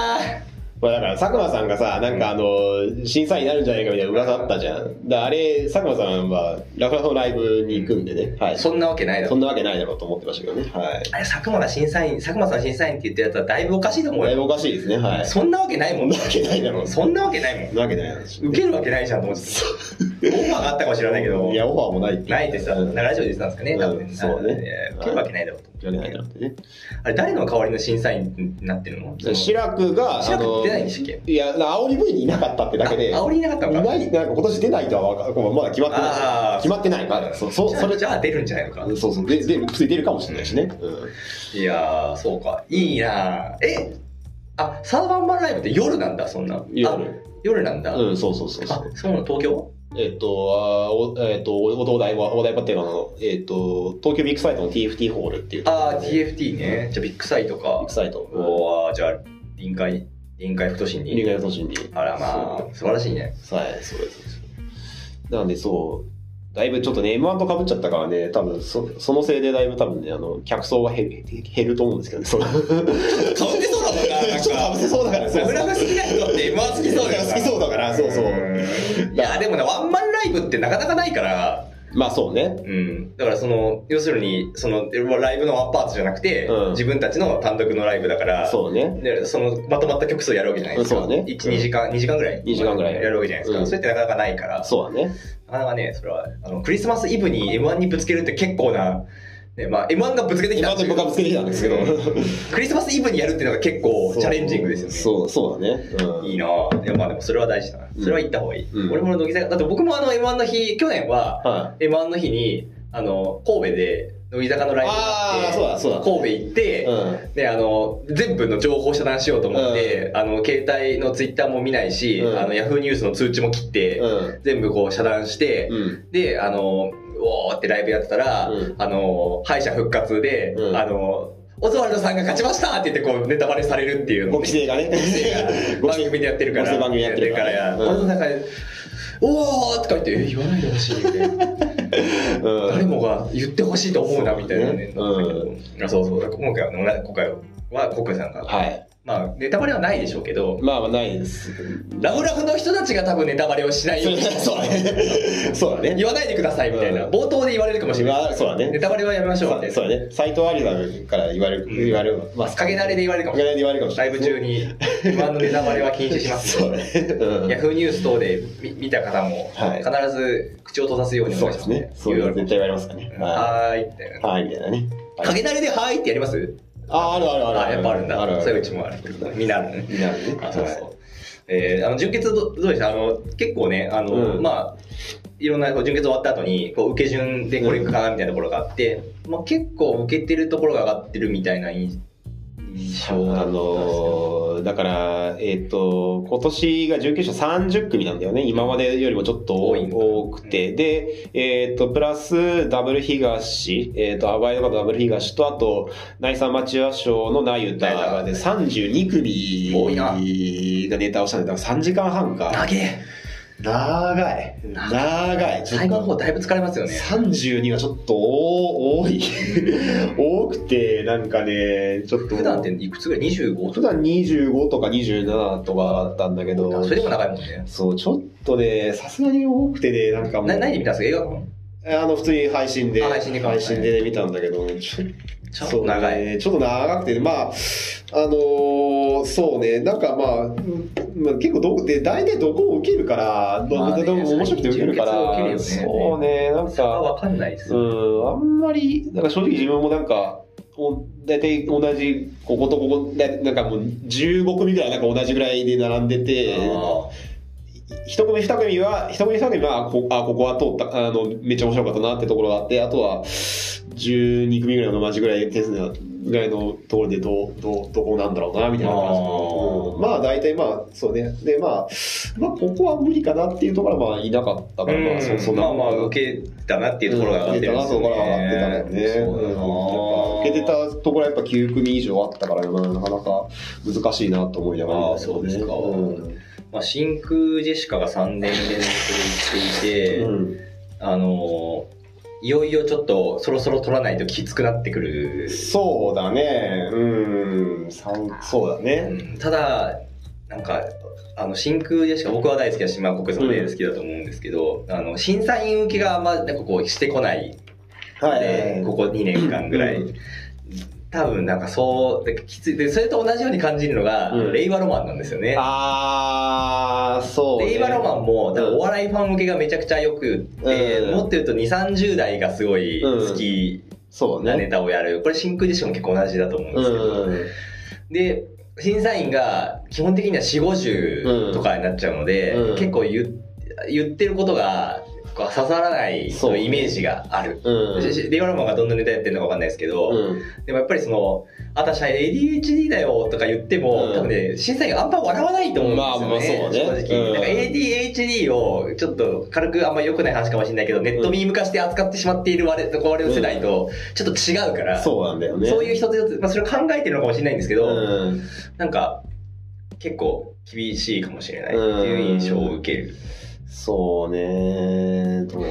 [SPEAKER 3] まあだから、佐久間さんがさ、なんかあの、審査員になるんじゃないかみたいな噂あったじゃん。だからあれ、佐久間さんは、ラフラフのライブに行くんでね。はい。
[SPEAKER 2] そんなわけないだ
[SPEAKER 3] そ
[SPEAKER 2] ろ
[SPEAKER 3] んなわけないだろうと思ってましたけどね。はい。
[SPEAKER 2] あれ佐久間が審査員佐久間さん審査員って言ってるやつはだいぶおかしいと思う
[SPEAKER 3] だい
[SPEAKER 2] よ
[SPEAKER 3] ぶおかしいですね。はい。
[SPEAKER 2] そんなわけないも
[SPEAKER 3] そん
[SPEAKER 2] ん
[SPEAKER 3] なわけないだろう。
[SPEAKER 2] そんなわけないも
[SPEAKER 3] そんなわけないだろう。
[SPEAKER 2] ん受けるわけないじゃんと思ってたオファーがあったかもしれないけど
[SPEAKER 3] いや、オファーもないって。
[SPEAKER 2] ないってさ
[SPEAKER 3] うん
[SPEAKER 2] ラジオで言ってたんですかね多分
[SPEAKER 3] うんそうね
[SPEAKER 2] いや受けるわけないだろうと
[SPEAKER 3] じゃないなってね。
[SPEAKER 2] あれ誰の代わりの審査員になってるの
[SPEAKER 3] 志らくが、
[SPEAKER 2] 白
[SPEAKER 3] あ
[SPEAKER 2] く
[SPEAKER 3] の
[SPEAKER 2] 出ないんでしたっ
[SPEAKER 3] いや、煽り V にいなかったってだけ
[SPEAKER 2] け
[SPEAKER 3] で、
[SPEAKER 2] あ煽りいなかった
[SPEAKER 3] い
[SPEAKER 2] のか
[SPEAKER 3] ない、なんか今年出ないとはわか、まだ決まってな
[SPEAKER 2] あ
[SPEAKER 3] い。
[SPEAKER 2] ー
[SPEAKER 3] 決まってないから、そう、そう、そ
[SPEAKER 2] そ
[SPEAKER 3] れ
[SPEAKER 2] れじゃあ出るんじゃないのか
[SPEAKER 3] そうそう、で、で、普通に出るかもしれないしね。うん
[SPEAKER 2] いやーそうかいいなーえあサーバンバンライブって夜なんだそんなあ
[SPEAKER 3] 夜。
[SPEAKER 2] 夜なんだ
[SPEAKER 3] うん、そうそうそうそ
[SPEAKER 2] あ
[SPEAKER 3] う。
[SPEAKER 2] そうなの東京
[SPEAKER 3] えっと、あーおえっと、おおお台場、お台場っていうのはあの、えっと、東京ビッグサイトの TFT ホールっていうところ
[SPEAKER 2] あ
[SPEAKER 3] で。
[SPEAKER 2] あ TFT ねじゃあビッグサイト
[SPEAKER 3] ビッ
[SPEAKER 2] か
[SPEAKER 3] グサイト。うん
[SPEAKER 2] おーじゃあ臨海臨海副都心
[SPEAKER 3] リ
[SPEAKER 2] に
[SPEAKER 3] ーガル都心に。
[SPEAKER 2] あらまあ素晴らしいね
[SPEAKER 3] はい、そうです。なんでそう、だいぶちょっとね、M1 とかぶっちゃったからね、多分そそのせいでだいぶ多分ね、あの客層は減減ると思うんですけどね、その
[SPEAKER 2] かぶってそうだもんななん
[SPEAKER 3] ちょっとかぶせそうだから、そう
[SPEAKER 2] ラ好きな人って M1 好きそうだよ
[SPEAKER 3] 好きそうだから、そうそう。
[SPEAKER 2] いやでもねワンマンライブってなかなかないから
[SPEAKER 3] まあそうね。
[SPEAKER 2] うん、だからその要するにそのライブのワンパーツじゃなくて、
[SPEAKER 3] うん
[SPEAKER 2] 自分たちの単独のライブだから
[SPEAKER 3] そうね。
[SPEAKER 2] でそのまとまった曲数やるわけじゃないです
[SPEAKER 3] そ
[SPEAKER 2] か、
[SPEAKER 3] うだね
[SPEAKER 2] 12時間2時間ぐらい
[SPEAKER 3] 2時間ぐらい
[SPEAKER 2] やるわけじゃないですか、
[SPEAKER 3] うん
[SPEAKER 2] それってなかなかないから
[SPEAKER 3] そうだね。
[SPEAKER 2] なかなかねそれはあのクリスマスイブに m 1にぶつけるって結構な、ねまあ、m 1がぶつけてきた
[SPEAKER 3] 今
[SPEAKER 2] ん
[SPEAKER 3] と僕はぶつけてきたんですけど。
[SPEAKER 2] クリスマスイブにやるっていうのが結構チャレンジングですよね
[SPEAKER 3] そう、そうだね。うん
[SPEAKER 2] いいなぁいやまあでもそれは大事だなそれは行った方がいい、
[SPEAKER 3] うん
[SPEAKER 2] 俺も乃木坂だって僕もあの m 1の日去年は
[SPEAKER 3] はい。
[SPEAKER 2] M1 の日にあの神戸で乃木坂のライブがあって
[SPEAKER 3] あーそうだそうだ
[SPEAKER 2] 神戸行って、
[SPEAKER 3] うん。
[SPEAKER 2] であの全部の情報を遮断しようと思って、あの携帯のツイッターも見ないし、
[SPEAKER 3] うん
[SPEAKER 2] あのヤフーニュースの通知も切って、
[SPEAKER 3] うん。
[SPEAKER 2] 全部こう遮断して、
[SPEAKER 3] うん。
[SPEAKER 2] であのうおーってライブやってたら、
[SPEAKER 3] うん
[SPEAKER 2] あの敗者復活で、
[SPEAKER 3] うん
[SPEAKER 2] あのオズワルドさんが勝ちましたって言ってこうネタバレされるっていうの
[SPEAKER 3] ご
[SPEAKER 2] をね
[SPEAKER 3] 規制がね。ご
[SPEAKER 2] <laughs> 番
[SPEAKER 3] 規制
[SPEAKER 2] 組でやってるか
[SPEAKER 3] ご規
[SPEAKER 2] ら。
[SPEAKER 3] 制番組やってるから
[SPEAKER 2] やって
[SPEAKER 3] うん
[SPEAKER 2] 俺の中で、おーとか言って、え言わないでほしいみたいな。誰
[SPEAKER 3] う
[SPEAKER 2] もが言ってほしいと思うなみたいなね。
[SPEAKER 3] そうね
[SPEAKER 2] うん、そうそう。今回は、今回は、コックさん
[SPEAKER 3] ん。
[SPEAKER 2] が。
[SPEAKER 3] はい。
[SPEAKER 2] まあ、ネタバレはないでしょうけど、
[SPEAKER 3] まあまあないです。 <laughs>
[SPEAKER 2] ラフラフの人たちが多分ネタバレをしないように、
[SPEAKER 3] そうだね。そうだね。
[SPEAKER 2] 言わないでくださいみたいな。
[SPEAKER 3] うん
[SPEAKER 2] 冒頭で言われるかもしれない。
[SPEAKER 3] まあそうだね
[SPEAKER 2] ネタバレはやめましょうみたいな。
[SPEAKER 3] そうだね。斎藤有さんから言われる、言われる。まあ、
[SPEAKER 2] 影慣れで言われるかもしれない。
[SPEAKER 3] で言われるかもし
[SPEAKER 2] ラ
[SPEAKER 3] れ
[SPEAKER 2] イ
[SPEAKER 3] ない。
[SPEAKER 2] ブ中に、不安のネタバレは禁止します。
[SPEAKER 3] そうだね。うん
[SPEAKER 2] ヤフーニュース等で見見た方も
[SPEAKER 3] はい
[SPEAKER 2] 必ず口を閉ざすようにお
[SPEAKER 3] そ
[SPEAKER 2] 願
[SPEAKER 3] う
[SPEAKER 2] いし
[SPEAKER 3] で
[SPEAKER 2] ますすね
[SPEAKER 3] ね。。そういうの絶対言われますかね。は
[SPEAKER 2] はーいみたい
[SPEAKER 3] い。
[SPEAKER 2] な。
[SPEAKER 3] はい、みたいなね。
[SPEAKER 2] かけなれではーいってやります
[SPEAKER 3] あ、あるあるある。
[SPEAKER 2] あ、やっぱあるんだ。
[SPEAKER 3] あるある。
[SPEAKER 2] そういううちもある。みんなあるね。
[SPEAKER 3] になるね。
[SPEAKER 2] そうそう。えーあの純潔どどうでしたあの結構ね、あの、
[SPEAKER 3] うん
[SPEAKER 2] まあ、いろんなこう純潔終わった後にこう受け順でこれいくかなみたいなところがあって、まあ、結構受けてるところが上がってるみたいな印
[SPEAKER 3] あ
[SPEAKER 2] 印象だったんですけど
[SPEAKER 3] のーだから、えっ、と、今年が準決勝30組なんだよね。今までよりもちょっと
[SPEAKER 2] 多い
[SPEAKER 3] 多くて。で、えっ、と、プラス、ダブル東、えっ、と、アバイドバダブル東と、あと、内産町和賞のナユタがで32
[SPEAKER 2] 多いな
[SPEAKER 3] 組がネタをしたんだ。だから3時間半か。
[SPEAKER 2] 長え
[SPEAKER 3] 長い。長い。ちょっと
[SPEAKER 2] 最後の方だいぶ疲れますよね。
[SPEAKER 3] 32はちょっと多い。 <laughs> 多くて、なんかね、ちょっと。
[SPEAKER 2] 普段っていくつぐらい ?25 とか
[SPEAKER 3] 普段25とか27とかだったんだけど
[SPEAKER 2] それでも長いもんね。
[SPEAKER 3] そうちょっとねさすがに多くてねなんかもう
[SPEAKER 2] な何で見たんですか映画館
[SPEAKER 3] あの普通に配信で
[SPEAKER 2] あ配信で
[SPEAKER 3] 配信で見たんだけどちょ
[SPEAKER 2] ちょっ
[SPEAKER 3] そう
[SPEAKER 2] と
[SPEAKER 3] ね
[SPEAKER 2] 長い。
[SPEAKER 3] ちょっと長くてまああのーそうねなんかまあ、うんまあ、結構どこで大体どこを受けるから、ど
[SPEAKER 2] まあね
[SPEAKER 3] どこ面白くて受けるから
[SPEAKER 2] 最近受けるよね
[SPEAKER 3] そうねなん
[SPEAKER 2] 差は
[SPEAKER 3] か
[SPEAKER 2] わかんないです。
[SPEAKER 3] うんあんまりなんか正直自分もなんかお大体同じこことここだなんかもう15組ぐらいなんか同じぐらいで並んでて
[SPEAKER 2] あ
[SPEAKER 3] 一組二組は一組二組はあこあここは通ったあのめっちゃ面白かったなってところがあってあとは12組ぐらいの同じぐらいですねぐらいのところでどうどうどこなんだろうなみたいな感じで
[SPEAKER 2] あー
[SPEAKER 3] うんまあ大体まあそうねでまあまあここは無理かなっていうところはまあいなかったからまあそ
[SPEAKER 2] ーう
[SPEAKER 3] そん
[SPEAKER 2] ん
[SPEAKER 3] な
[SPEAKER 2] まあまあ受けたなっていうところが上がってるんですよね。
[SPEAKER 3] そうだな
[SPEAKER 2] そうだな
[SPEAKER 3] 受けてたところはやっぱ9組以上あったから、まあ、なかなか難しいなと思いながら、
[SPEAKER 2] ああそうですか
[SPEAKER 3] うん
[SPEAKER 2] まあ、真空ジェシカが3年連続行っていて、
[SPEAKER 3] うん
[SPEAKER 2] あのーいよいよちょっとそろそろ取らないときつくなってくる、
[SPEAKER 3] そうだね。うん。さんそうだね。
[SPEAKER 2] うんただなんかあの真空ジェシカ僕は大好きだし、まあ、国産で好きだと思うんですけど、あの審査員受けがあんまなんかこうしてこないので、
[SPEAKER 3] はい。
[SPEAKER 2] ここ2年間ぐらい、
[SPEAKER 3] うん
[SPEAKER 2] 多分なんかそうできついでそれと同じように感じるのが、
[SPEAKER 3] うん
[SPEAKER 2] 令和ロマンなんですよね
[SPEAKER 3] ああ、そう、ね。
[SPEAKER 2] 令和ロマンも、
[SPEAKER 3] うん
[SPEAKER 2] お笑いファン向けがめちゃくちゃよくって、
[SPEAKER 3] うん
[SPEAKER 2] もっと言うと2、30代がすごい好き
[SPEAKER 3] そう
[SPEAKER 2] なネ
[SPEAKER 3] ね。
[SPEAKER 2] タをやる。これ真空ジェシカも結構同じだと思うんで
[SPEAKER 3] う
[SPEAKER 2] すけど。
[SPEAKER 3] ん。
[SPEAKER 2] で、審査員が基本的には4、50とかになっちゃうので、
[SPEAKER 3] うん
[SPEAKER 2] 結構言言ってることがこう刺さらない
[SPEAKER 3] そうね
[SPEAKER 2] イメージがある。
[SPEAKER 3] うん。
[SPEAKER 2] 令和ロマンがどんなネタやってるのかわかんないですけど、
[SPEAKER 3] うん
[SPEAKER 2] でもやっぱりその「私は ADHD だよ」とか言っても、
[SPEAKER 3] うん
[SPEAKER 2] 多分ね審査員があんま笑わないと思うんですよね,、
[SPEAKER 3] まあまあそうね
[SPEAKER 2] 正直、
[SPEAKER 3] うん
[SPEAKER 2] なんか ADHD をちょっと軽くあんま良くない話かもしれないけど、ネットミーム化して扱ってしまっている我々我々の世代とちょっと違うから、
[SPEAKER 3] そうなんだよね。
[SPEAKER 2] そういう一つ一つ、まあ、それを考えてるのかもしれないんですけど、
[SPEAKER 3] うん。
[SPEAKER 2] なんか結構厳しいかもしれないっていう印象を受ける、
[SPEAKER 3] そうねどう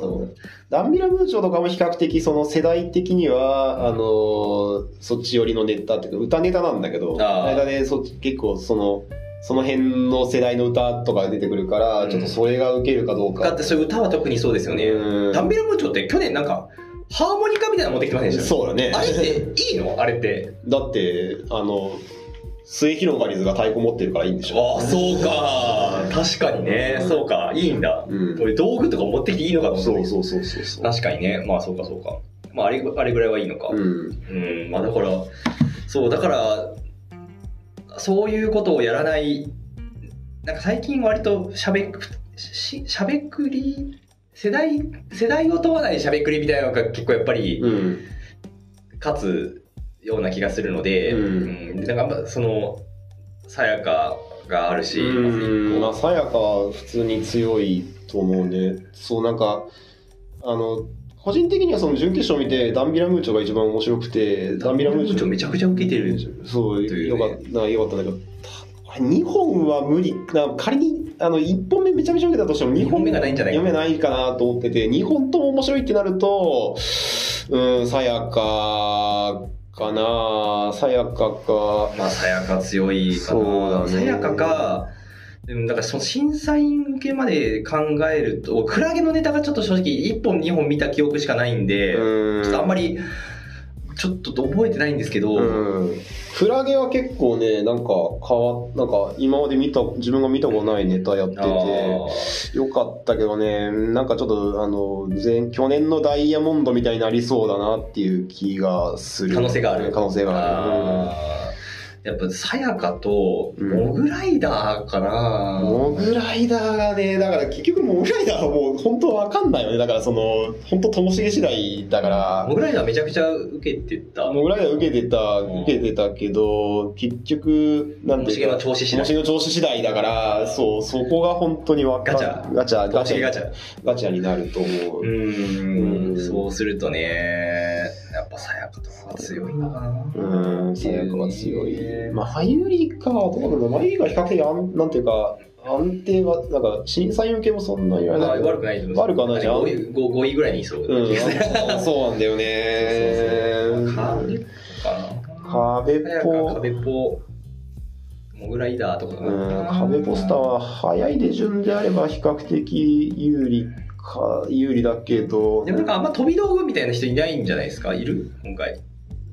[SPEAKER 2] そ
[SPEAKER 3] ダンビラムーチョとかも比較的その世代的にはあのーそっち寄りのネタっていうか歌ネタなんだけど
[SPEAKER 2] あー
[SPEAKER 3] 歌でそっち結構そのその辺の世代の歌とかが出てくるから、
[SPEAKER 2] うん
[SPEAKER 3] ちょっとそれが受けるかどう
[SPEAKER 2] だ
[SPEAKER 3] か
[SPEAKER 2] っ。てそういう歌は特にそうですよね。
[SPEAKER 3] うん
[SPEAKER 2] ダンベル部長って去年なんか、ハーモニカみたいなの持ってきてませんでした
[SPEAKER 3] そうだね。
[SPEAKER 2] あれっていいのあれって。
[SPEAKER 3] だって、あの、末広がりずが太鼓持ってるからいいんでしょ。
[SPEAKER 2] ああ、そうか。確かにね。そうか。いいんだ。
[SPEAKER 3] うん
[SPEAKER 2] 俺、道具とか持ってきていいのかと思った
[SPEAKER 3] そうそうそうそうそう。
[SPEAKER 2] 確かにね。まあ、そうか、そうか。まあ、あれあれぐらいはいいのか。
[SPEAKER 3] うん。
[SPEAKER 2] うん、まあだから、そう、だから、そういうことをやらない、なんか最近割としゃべく、ししゃべくり、世代、世代を問わないしゃべくりみたいなのが結構やっぱり
[SPEAKER 3] うん。
[SPEAKER 2] 勝つような気がするので、
[SPEAKER 3] うん
[SPEAKER 2] うんなんかあんまその、さやかがあるし、
[SPEAKER 3] うん。ま
[SPEAKER 2] ま
[SPEAKER 3] あ、
[SPEAKER 2] ず
[SPEAKER 3] さやかは普通に強いと思うね。そう、なんか、あの、個人的にはその準決勝見て、ダンビラムーチョが一番面白くて、
[SPEAKER 2] ダ
[SPEAKER 3] ダ
[SPEAKER 2] ン
[SPEAKER 3] ンビ
[SPEAKER 2] ビラ
[SPEAKER 3] ラ
[SPEAKER 2] ム
[SPEAKER 3] ム
[SPEAKER 2] ー
[SPEAKER 3] ー
[SPEAKER 2] チ
[SPEAKER 3] チ
[SPEAKER 2] ョ
[SPEAKER 3] ョ
[SPEAKER 2] めちゃくちゃ受けてる
[SPEAKER 3] そう、
[SPEAKER 2] という
[SPEAKER 3] よか
[SPEAKER 2] ね
[SPEAKER 3] った、よかったんだけど、これ2本は無理。な仮に、あの、1本目めちゃめちゃ受けたとしても、
[SPEAKER 2] 二
[SPEAKER 3] 2
[SPEAKER 2] 本
[SPEAKER 3] 本
[SPEAKER 2] 目
[SPEAKER 3] 目
[SPEAKER 2] がないんじゃないか
[SPEAKER 3] 読めないかなと思ってて、2本とも面白いってなると、うん、さやかかなさやかか、
[SPEAKER 2] まあ、さやか強いか
[SPEAKER 3] そうだ
[SPEAKER 2] な。
[SPEAKER 3] ね
[SPEAKER 2] さやかか、うん、だからその審査員向けまで考えると、クラゲのネタがちょっと正直1本2本見た記憶しかないんで、
[SPEAKER 3] う
[SPEAKER 2] ち
[SPEAKER 3] ん
[SPEAKER 2] ょっとあんまり、ちょっと覚えてないんですけど、
[SPEAKER 3] うんクラゲは結構ね、なんか変わっ、なんか今まで見た、自分が見たことないネタやって
[SPEAKER 2] あー
[SPEAKER 3] て、よかったけどね、なんかちょっと、あの、前、去年のダイヤモンドみたいになりそうだなっていう気がする。
[SPEAKER 2] 可能性がある
[SPEAKER 3] 可能性があ
[SPEAKER 2] あーやっぱさやかと
[SPEAKER 3] うん
[SPEAKER 2] モグライダーかな、
[SPEAKER 3] る。モグライダーがね、だから結局モグライダーはもう本当わかんないよね。だからその、本当ともしげ次第だから
[SPEAKER 2] モ、グライダーめちゃくちゃ受けてた。
[SPEAKER 3] モグライダー受けてた、
[SPEAKER 2] うん
[SPEAKER 3] 受けてたけど、結局、なん
[SPEAKER 2] も
[SPEAKER 3] て
[SPEAKER 2] し
[SPEAKER 3] い
[SPEAKER 2] げ
[SPEAKER 3] うか
[SPEAKER 2] の、調子次
[SPEAKER 3] もし
[SPEAKER 2] 第。
[SPEAKER 3] げの調子次第だから、そう、そこが本当にわか
[SPEAKER 2] ガチャ
[SPEAKER 3] ガチャ、
[SPEAKER 2] と
[SPEAKER 3] ガ
[SPEAKER 2] も
[SPEAKER 3] チ
[SPEAKER 2] しげ
[SPEAKER 3] ャ、
[SPEAKER 2] ガチャ。
[SPEAKER 3] ガチャになると思う。う
[SPEAKER 2] う、
[SPEAKER 3] んん
[SPEAKER 2] そうするとね、やっぱさやかとかが強いのかな。
[SPEAKER 3] うん、最悪は強
[SPEAKER 2] ね
[SPEAKER 3] い。まあ、マユリか、どうなんだろう。マユリが比較的安、なんていうか、安定は、なんか、審査員受けもそんな言わ
[SPEAKER 2] まあ
[SPEAKER 3] れない。
[SPEAKER 2] 悪くないと思
[SPEAKER 3] 悪くはないじゃん
[SPEAKER 2] 5位 ,5 位ぐらいにいそう。
[SPEAKER 3] うん、
[SPEAKER 2] か
[SPEAKER 3] あそうなんだよね。
[SPEAKER 2] な。
[SPEAKER 3] 壁
[SPEAKER 2] さやか、
[SPEAKER 3] ポ、
[SPEAKER 2] 壁ポ、モグライダーとかか
[SPEAKER 3] うん、
[SPEAKER 2] な。
[SPEAKER 3] 壁ポスターは早い手順であれば比較的有利か、有利だけど
[SPEAKER 2] で、もなんかあんま飛び道具みたいな人いないんじゃないですかいる今回。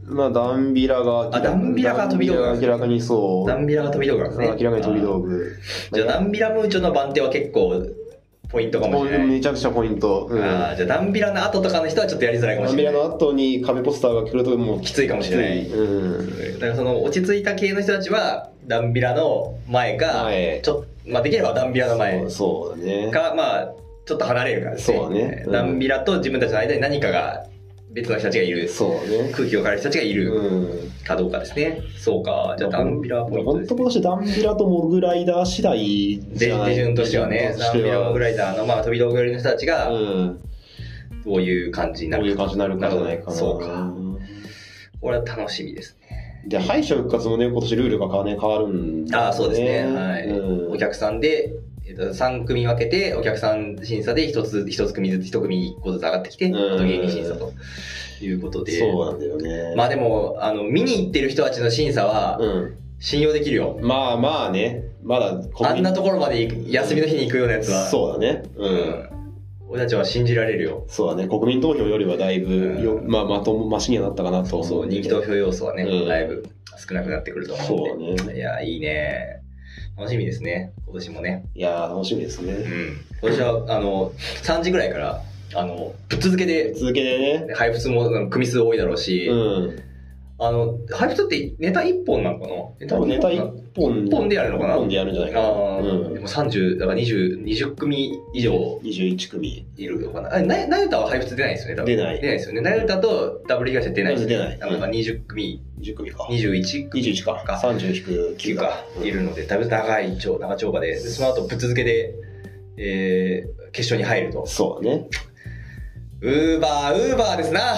[SPEAKER 3] まあ、ダンビラが、
[SPEAKER 2] あダンビラが飛び道具
[SPEAKER 3] ダンビラが明らかにそう。
[SPEAKER 2] ダンビラが飛び道具なんですね。
[SPEAKER 3] 明らかに飛び道具。
[SPEAKER 2] あーじゃあダンビラムーチョの番手は結構ポイントかもしれない。
[SPEAKER 3] めちゃくちゃポイント。うん
[SPEAKER 2] あーじゃあダンビラの後とかの人はちょっとやりづらいかも
[SPEAKER 3] ダ
[SPEAKER 2] し
[SPEAKER 3] ンビ
[SPEAKER 2] れ
[SPEAKER 3] ラ
[SPEAKER 2] ない。
[SPEAKER 3] の後に壁ポスターが来るともう
[SPEAKER 2] きついかもしれない。
[SPEAKER 3] うん。
[SPEAKER 2] だからその落ち着いた系の人たちはダンビラの前か、
[SPEAKER 3] 前
[SPEAKER 2] ちょっとまあ、できればダンビラの前
[SPEAKER 3] そうだね。
[SPEAKER 2] か、まあ、ちょっと離れるからですね
[SPEAKER 3] そうねうん
[SPEAKER 2] ダンビラと自分たちの間に何かが別の人たちがいる
[SPEAKER 3] そうね。
[SPEAKER 2] 空気を変える人たちがいる
[SPEAKER 3] うん。
[SPEAKER 2] かどうかですね、そうかじゃあダンビラポイント
[SPEAKER 3] 本
[SPEAKER 2] です
[SPEAKER 3] 当
[SPEAKER 2] ね
[SPEAKER 3] 今年ダンビラとモグライダー次第
[SPEAKER 2] で
[SPEAKER 3] じゃない
[SPEAKER 2] 手順としては
[SPEAKER 3] 手
[SPEAKER 2] ねダ
[SPEAKER 3] 順
[SPEAKER 2] ンビ
[SPEAKER 3] として
[SPEAKER 2] ラ
[SPEAKER 3] は
[SPEAKER 2] モグライダーの、まあ、飛び道具寄りの人たちが
[SPEAKER 3] うん。
[SPEAKER 2] どういう感じにな
[SPEAKER 3] どうい
[SPEAKER 2] る
[SPEAKER 3] う
[SPEAKER 2] か、
[SPEAKER 3] 感じになるかじゃないかな。
[SPEAKER 2] そうかこれは楽しみですね
[SPEAKER 3] で、敗者復活もね、今年ルールがね、変わるんだよ
[SPEAKER 2] ああそうですねはい、
[SPEAKER 3] うん
[SPEAKER 2] お客さんで、えっと3組分けてお客さん審査で1つ一つ組ずつ1組1個ずつ上がってきて
[SPEAKER 3] うん
[SPEAKER 2] 音芸人審査ということで
[SPEAKER 3] そうなんだよね。
[SPEAKER 2] まあでもあの見に行ってる人たちの審査は
[SPEAKER 3] うん。
[SPEAKER 2] 信用できるよ、
[SPEAKER 3] まあまあね、まだ
[SPEAKER 2] あんなところまで行く休みの日に行くようなやつは
[SPEAKER 3] そうだね。
[SPEAKER 2] う
[SPEAKER 3] うん
[SPEAKER 2] 俺たちは信じられるよ
[SPEAKER 3] そうだね、国民投票よりはだいぶよ、
[SPEAKER 2] うん
[SPEAKER 3] まあ、まとも、マシにはなったかなと
[SPEAKER 2] そう
[SPEAKER 3] 思
[SPEAKER 2] そううん
[SPEAKER 3] で
[SPEAKER 2] 人気投票要素はね、
[SPEAKER 3] うん
[SPEAKER 2] だいぶ少なくなってくると思うんで
[SPEAKER 3] そうだ
[SPEAKER 2] いやいいね楽しみですね今年もね
[SPEAKER 3] いやー、楽しみです
[SPEAKER 2] う
[SPEAKER 3] ね。
[SPEAKER 2] ん今年はあの3時ぐらいからあのぶっ続けで
[SPEAKER 3] 続けてね、
[SPEAKER 2] 配布数もうん組数多いだろうし、
[SPEAKER 3] うん。
[SPEAKER 2] あの配布数ってネタ1本なのかなネ
[SPEAKER 3] 多分ネタ一本、
[SPEAKER 2] 一本でやるのかな
[SPEAKER 3] 一本でやるんじゃないかな。
[SPEAKER 2] ああ、
[SPEAKER 3] う
[SPEAKER 2] で
[SPEAKER 3] ん。
[SPEAKER 2] も30だから 20, 20組以上
[SPEAKER 3] 21組。
[SPEAKER 2] いるのかなあれなナユタは配布数出ないですよね多分
[SPEAKER 3] 出ない
[SPEAKER 2] 出ないですよねナユタとダブル東は出ないです
[SPEAKER 3] 出ない
[SPEAKER 2] だから20組
[SPEAKER 3] 10組か。
[SPEAKER 2] 21組
[SPEAKER 3] 21か。
[SPEAKER 2] か
[SPEAKER 3] 30引く
[SPEAKER 2] 9
[SPEAKER 3] 9
[SPEAKER 2] か
[SPEAKER 3] か。
[SPEAKER 2] いるのでだいぶ長い長長丁場ででその後ぶっ続けで、えー決勝に入ると
[SPEAKER 3] そうだね。
[SPEAKER 2] ウーバーウーバーですな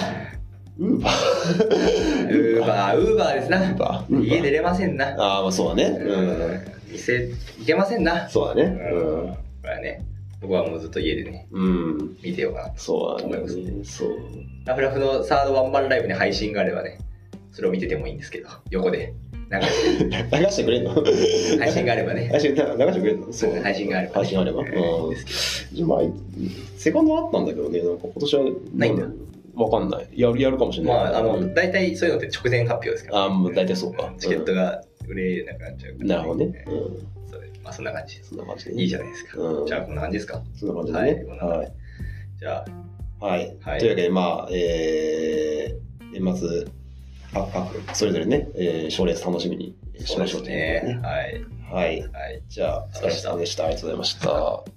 [SPEAKER 3] ウーバ
[SPEAKER 2] ウ
[SPEAKER 3] ー。
[SPEAKER 2] ーバーウーバーですな
[SPEAKER 3] ーバー。
[SPEAKER 2] 家出れませんな
[SPEAKER 3] ああ、まあそうだね。うん。
[SPEAKER 2] 店行けませんな。
[SPEAKER 3] そうだね。
[SPEAKER 2] うん。これはね、僕はもうずっと家でね、
[SPEAKER 3] うん。うん。
[SPEAKER 2] 見てようかなと。
[SPEAKER 3] そうなんだよね。そう。
[SPEAKER 2] ラフラフのサードワンマンライブに配信があればね、それを見ててもいいんですけど、横で。なんか
[SPEAKER 3] 流してくれんの
[SPEAKER 2] 配信があれば
[SPEAKER 3] <laughs>
[SPEAKER 2] ね
[SPEAKER 3] 配信流してくれんのそう
[SPEAKER 2] 配信があれば
[SPEAKER 3] 配信あれば、うん今セカンドあったんだけどねなんか今年は
[SPEAKER 2] ないんだ
[SPEAKER 3] わかんないやるやるかもしれ
[SPEAKER 2] ま
[SPEAKER 3] ない、
[SPEAKER 2] ああ
[SPEAKER 3] う
[SPEAKER 2] の
[SPEAKER 3] ん
[SPEAKER 2] 大体そういうのって直前発表ですから
[SPEAKER 3] あもう大体そうか
[SPEAKER 2] チケットが売れなくなっちゃうから
[SPEAKER 3] なるほどね、うん、
[SPEAKER 2] それまあそんな感じです
[SPEAKER 3] そんな感じで
[SPEAKER 2] いいじゃないですか
[SPEAKER 3] うん
[SPEAKER 2] じゃあこんな感じですか
[SPEAKER 3] そんな感じでね
[SPEAKER 2] はい
[SPEAKER 3] はい
[SPEAKER 2] じゃあ
[SPEAKER 3] はい。
[SPEAKER 2] はい
[SPEAKER 3] というわけで、まあ、えー、年末、各各、それぞれね、えー、賞レース楽しみにしましょうということで
[SPEAKER 2] ねは
[SPEAKER 3] は
[SPEAKER 2] い
[SPEAKER 3] い。
[SPEAKER 2] はい
[SPEAKER 3] じゃあ、お疲れ様でした。ありがとうございました。